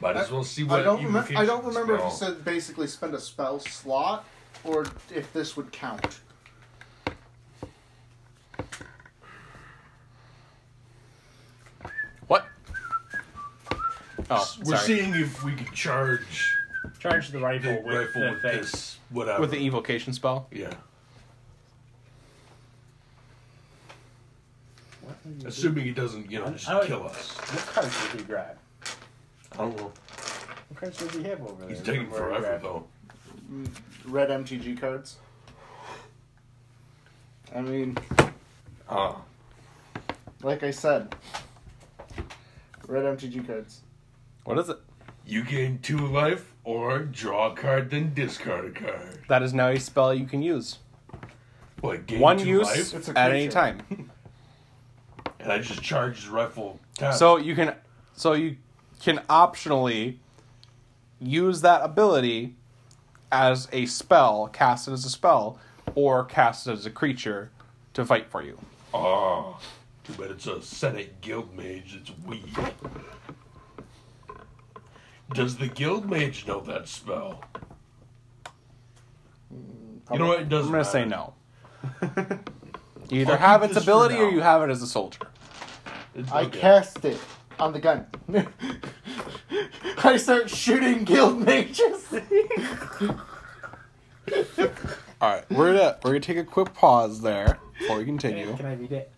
S1: Might as well see what
S4: I don't remember.
S1: evocation
S4: I don't remember if
S1: spell.
S4: he said basically spend a spell slot or if this would count.
S2: What? Oh,
S1: We're
S2: sorry.
S1: seeing if we can charge
S3: Charge the
S1: the
S3: rifle with
S1: rifle
S3: the
S1: with
S3: thing.
S1: this, whatever.
S2: With the evocation spell.
S1: Yeah. Assuming he doesn't, you know, just
S3: I would-
S1: kill us.
S3: What cards did he grab?
S1: I don't know.
S3: What cards did he have over there?
S1: He's taking
S3: Where he
S1: forever
S3: grabbed-
S1: though.
S4: Red MTG cards. I mean,
S1: Ah,
S4: like I said, red MTG cards.
S2: What is it?
S1: you gain two life Or draw a card, then discard a card.
S2: That is now a spell you can use.
S1: What, gain
S2: One
S1: two
S2: use
S1: life?
S2: at any time.
S1: And I just charged his rifle. down.
S2: So you can so you can optionally use that ability as a spell, cast it as a spell, or cast it as a creature to fight for you.
S1: Ah, too bad it's a Senate guild mage. It's weak. Does the guild mage know that spell? You know what? It doesn't.
S2: I'm gonna say
S1: matter.
S2: no. You either
S1: I'll
S2: have
S1: keep
S2: its
S1: this for
S2: ability or
S1: now.
S2: you have it as a soldier.
S1: It's
S4: I
S1: okay.
S4: cast it on the gun. I start shooting guild mages.
S2: Alright, we're gonna we're gonna take a quick pause there before we continue.
S3: Can I read it?